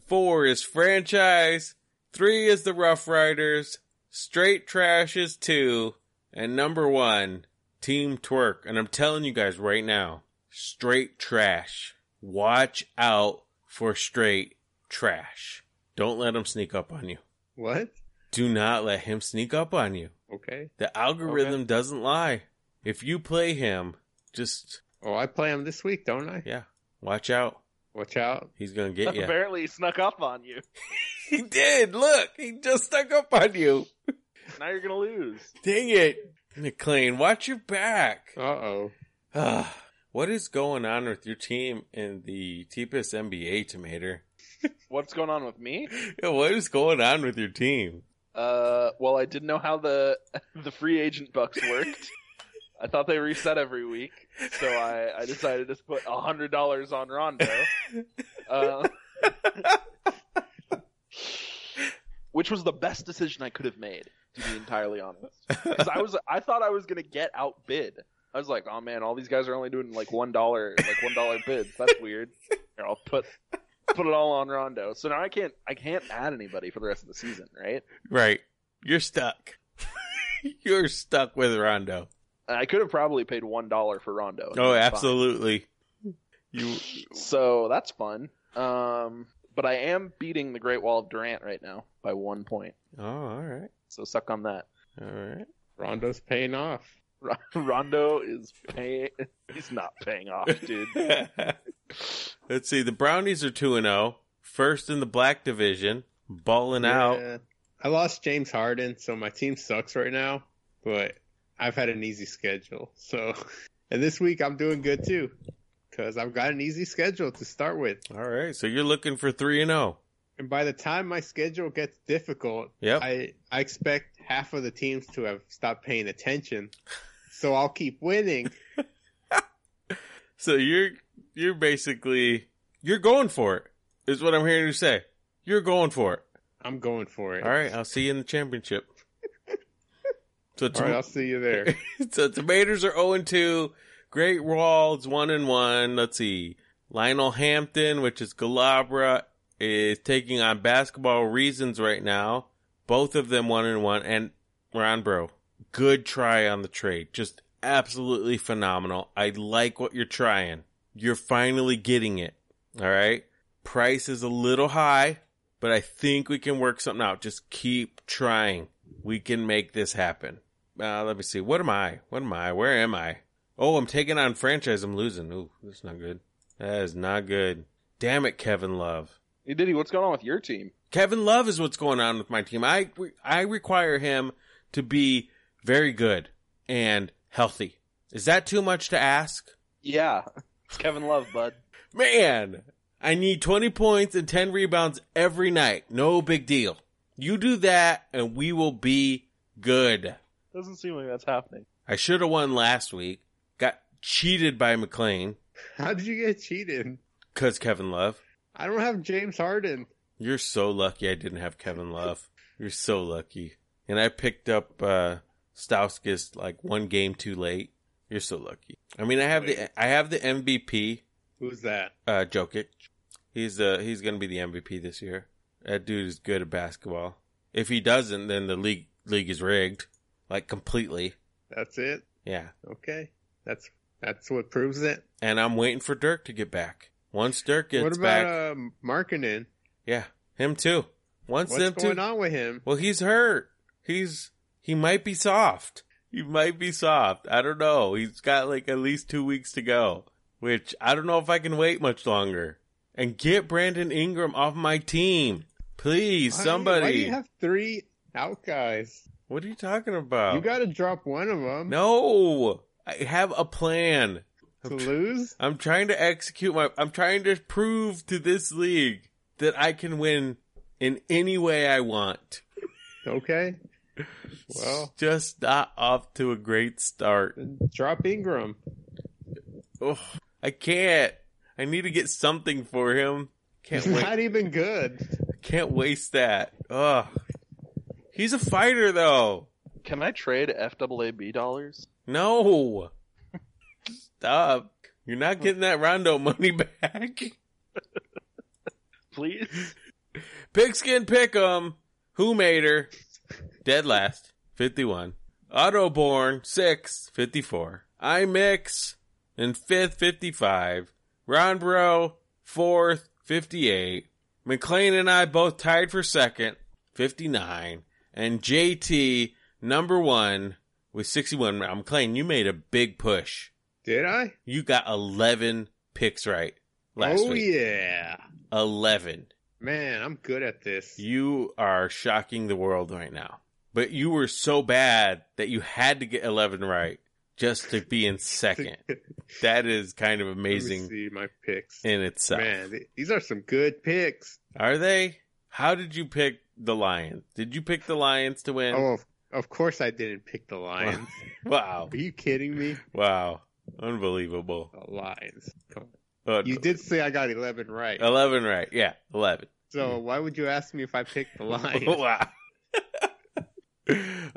S1: Four is Franchise. Three is the Rough Riders. Straight Trash is two. And number one, Team Twerk. And I'm telling you guys right now, Straight Trash. Watch out for Straight Trash. Don't let them sneak up on you
S2: What?
S1: do not let him sneak up on you.
S2: Okay.
S1: The algorithm doesn't lie. If you play him, just
S2: Oh, I play him this week, don't I?
S1: yeah, watch out.
S2: Watch out.
S1: He's gonna get you.
S4: Apparently, he snuck up on you.
S1: He did. Look, he just stuck up on you.
S4: Now you're gonna lose.
S1: Dang it, McLean. Watch your back.
S2: Uh oh.
S1: Ah, what is going on with your team in the Teepus NBA, Tomater?
S4: What's going on with me?
S1: Yeah, What is going on with your team?
S4: Uh, well, I didn't know how the the free agent bucks worked. I thought they reset every week, so I, I decided to put a hundred dollars on Rondo, uh, which was the best decision I could have made, to be entirely honest. Because I was I thought I was gonna get outbid. I was like, oh man, all these guys are only doing like one dollar, like one dollar bids. That's weird. Here, I'll put put it all on Rondo. So now I can't I can't add anybody for the rest of the season, right?
S1: Right. You're stuck. You're stuck with Rondo.
S4: And I could have probably paid one dollar for Rondo. and
S1: Oh,
S4: that's fine.
S1: absolutely. You
S4: So that's fun. Um, but I am beating the Great Wall of Durant right now by one point.
S1: Oh, all right.
S4: So suck on that.
S1: All right.
S2: Rondo's paying off.
S4: R- Rondo is paying. He's not paying off, dude.
S1: Let's see. The Brownies are 2 and 0, first in the black division, balling out.
S2: Yeah. I lost James Harden, so my team sucks right now. But I've had an easy schedule, so and this week I'm doing good too, because I've got an easy schedule to start with.
S1: All right. So you're looking for 3 and oh. 0.
S2: And by the time my schedule gets difficult,
S1: Yep.
S2: I I expect half of the teams to have stopped paying attention. So I'll keep winning.
S1: so you're you're basically you're going for it. Is what I'm hearing you say. You're going for it.
S2: I'm going for it.
S1: All right. I'll see you in the championship. So
S2: All right, I'll see you there.
S1: so tomatoes are 0 and 2. Great Walls 1 and 1. Let's see. Lionel Hampton, which is Galabra, is taking on basketball reasons right now. Both of them 1 and 1. And Ron Bro, good try on the trade. Just absolutely phenomenal. I like what you're trying. You're finally getting it. All right. Price is a little high, but I think we can work something out. Just keep trying. We can make this happen uh, let me see. What am I? What am I? Where am I? Oh, I'm taking on franchise. I'm losing. Ooh, that's not good. That is not good. Damn it, Kevin Love.
S4: Hey, Diddy, what's going on with your team?
S1: Kevin Love is what's going on with my team. I I require him to be very good and healthy. Is that too much to ask?
S4: Yeah, it's Kevin Love, bud.
S1: Man, I need 20 points and 10 rebounds every night. No big deal. You do that and we will be good.
S4: Doesn't seem like that's happening.
S1: I should have won last week. Got cheated by McLean.
S2: How did you get cheated?
S1: Cause Kevin Love.
S2: I don't have James Harden.
S1: You're so lucky I didn't have Kevin Love. You're so lucky. And I picked up uh Stauskas like one game too late. You're so lucky. I mean I have the I have the MVP,
S2: Who's that?
S1: uh Jokic. He's uh he's gonna be the MVP this year. That dude is good at basketball. If he doesn't, then the league league is rigged. Like completely.
S2: That's it.
S1: Yeah.
S2: Okay. That's that's what proves it.
S1: And I'm waiting for Dirk to get back. Once Dirk gets
S2: what about
S1: back
S2: uh, Markkinen?
S1: Yeah. Him too. Once
S2: What's
S1: them two
S2: going on with him?
S1: Well, he's hurt. He's he might be soft. He might be soft. I don't know. He's got like at least two weeks to go, which I don't know if I can wait much longer. And get Brandon Ingram off my team, please,
S2: Why-
S1: somebody.
S2: Why do you have three out guys?
S1: what are you talking about?
S2: You got to drop one of them
S1: Oh. no. I have a plan.
S2: to lose.
S1: I'm trying to execute my. I'm trying to prove to this league that I can win in any way I want.
S2: Okay. Well,
S1: just not off to a great start.
S2: then drop Ingram.
S1: Ugh, I can't. I need to get something for him. Can't
S2: He's
S1: wait.
S2: not even good.
S1: Can't waste that. Ugh. He's a fighter though.
S4: Can I trade FAAB dollars?
S1: No. Stop. You're not getting that Rondo money back.
S4: Please?
S1: Pigskin Pick'em. Who made her? Dead last. 51. Autoborn. 6. 54. I Mix. In 5th. 55. Ron Bro. 4th. 58. McLean and I both tied for 2nd. 59. And JT. Number 1. With 61. Now, McLean, you made a big push.
S2: Did I?
S1: You got 11 picks right last
S2: oh
S1: week.
S2: yeah,
S1: 11.
S2: man, I'm good at this.
S1: You are shocking the world right now. But you were so bad that you had to get 11 right just to be in second.
S2: Let me
S1: that is kind of amazing
S2: see my picks.
S1: in itself.
S2: Man, th- these are some good picks.
S1: Are they? How did you pick the Lions? Did you pick the Lions to win?
S2: Oh, of, of course I didn't pick the Lions.
S1: Wow.
S2: Are you kidding me?
S1: Wow. Unbelievable.
S2: The Lions. Come on.
S1: Uh,
S2: You did say I got 11 right.
S1: 11 right. Yeah, 11.
S2: So why would you ask me if I picked the Lions?
S1: wow.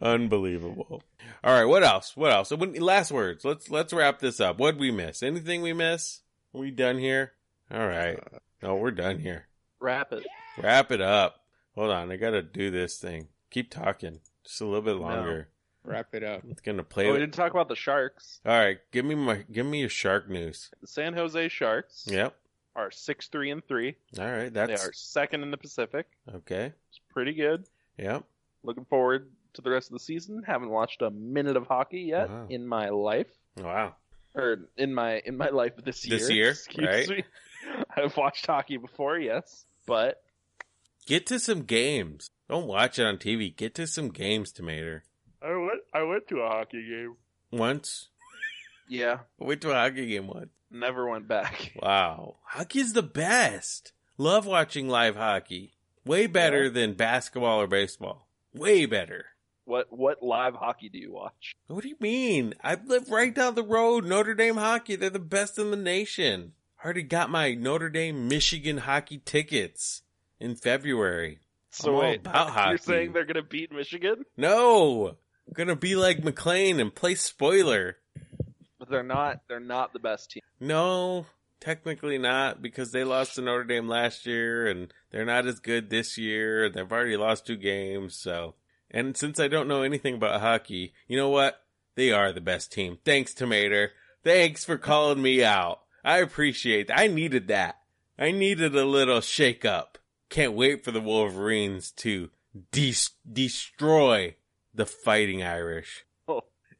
S1: Unbelievable. All right, what else? What else? When- Last words. Let's let's wrap this up. What'd we miss? Anything we miss? Are we done here? All right.
S4: Uh,
S1: No, we're done here.
S4: Wrap it.
S1: Wrap it up. Hold on. I got to do this thing. Keep talking. Just a little bit longer.
S2: Wrap it up.
S1: It's going to play.
S4: Oh, we
S1: with-
S4: didn't talk about the Sharks.
S1: All right. Give me my, give me your shark news.
S4: The San Jose Sharks
S1: Yep.
S4: are six three and three.
S1: All right.
S4: They
S1: That's
S4: are second in the Pacific.
S1: okay.
S4: It's pretty good.
S1: Yep.
S4: Looking forward to the rest of the season. Haven't watched a minute of hockey yet
S1: Wow.
S4: in my life,
S1: Wow.
S4: or in my in my life this year.
S1: This year,
S4: excuse
S1: right.
S4: me. I've watched hockey before, yes, but
S1: Get to some games. Don't watch it on TV. Get to some games, Tomater.
S4: I went I went to a hockey game.
S1: Once.
S4: Yeah,
S1: I went to a hockey game once.
S4: never went back.
S1: Wow. Hockey's the best. Love watching live hockey. Way better than basketball or baseball. Way better.
S4: What what live hockey do you watch?
S1: What do you mean? I live right down the road. Notre Dame hockey. They're the best in the nation. Already got my Notre Dame Michigan hockey tickets in February.
S4: So
S1: I'm all
S4: wait,
S1: about hockey.
S4: you're saying they're gonna beat Michigan,
S1: No! I'm gonna be like McLean and play spoiler.
S4: but they're not. They're not the best team.
S1: No, technically not because they lost to Notre Dame last year and they're not as good this year. They've already lost two games, so. And since I don't know anything about hockey, you know what? They are the best team. Thanks, Tomater. Thanks for calling me out. I appreciate that. I needed that. I needed a little shake up. Can't wait for the Wolverines to de- destroy the Fighting Irish.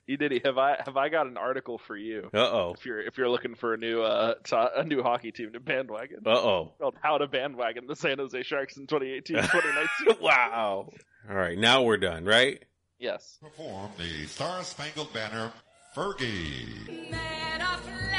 S4: You did. Have I have I got an article for you?
S1: Uh oh.
S4: if you're if you're looking for a new uh to- a new hockey team to bandwagon.
S1: Uh oh.
S4: Called How to Bandwagon the San Jose Sharks in 2018-2019.
S1: wow. All right, now we're done, right?
S4: yes.
S5: Perform the Star Spangled Banner, Fergie.
S3: Man of Oh, Oh,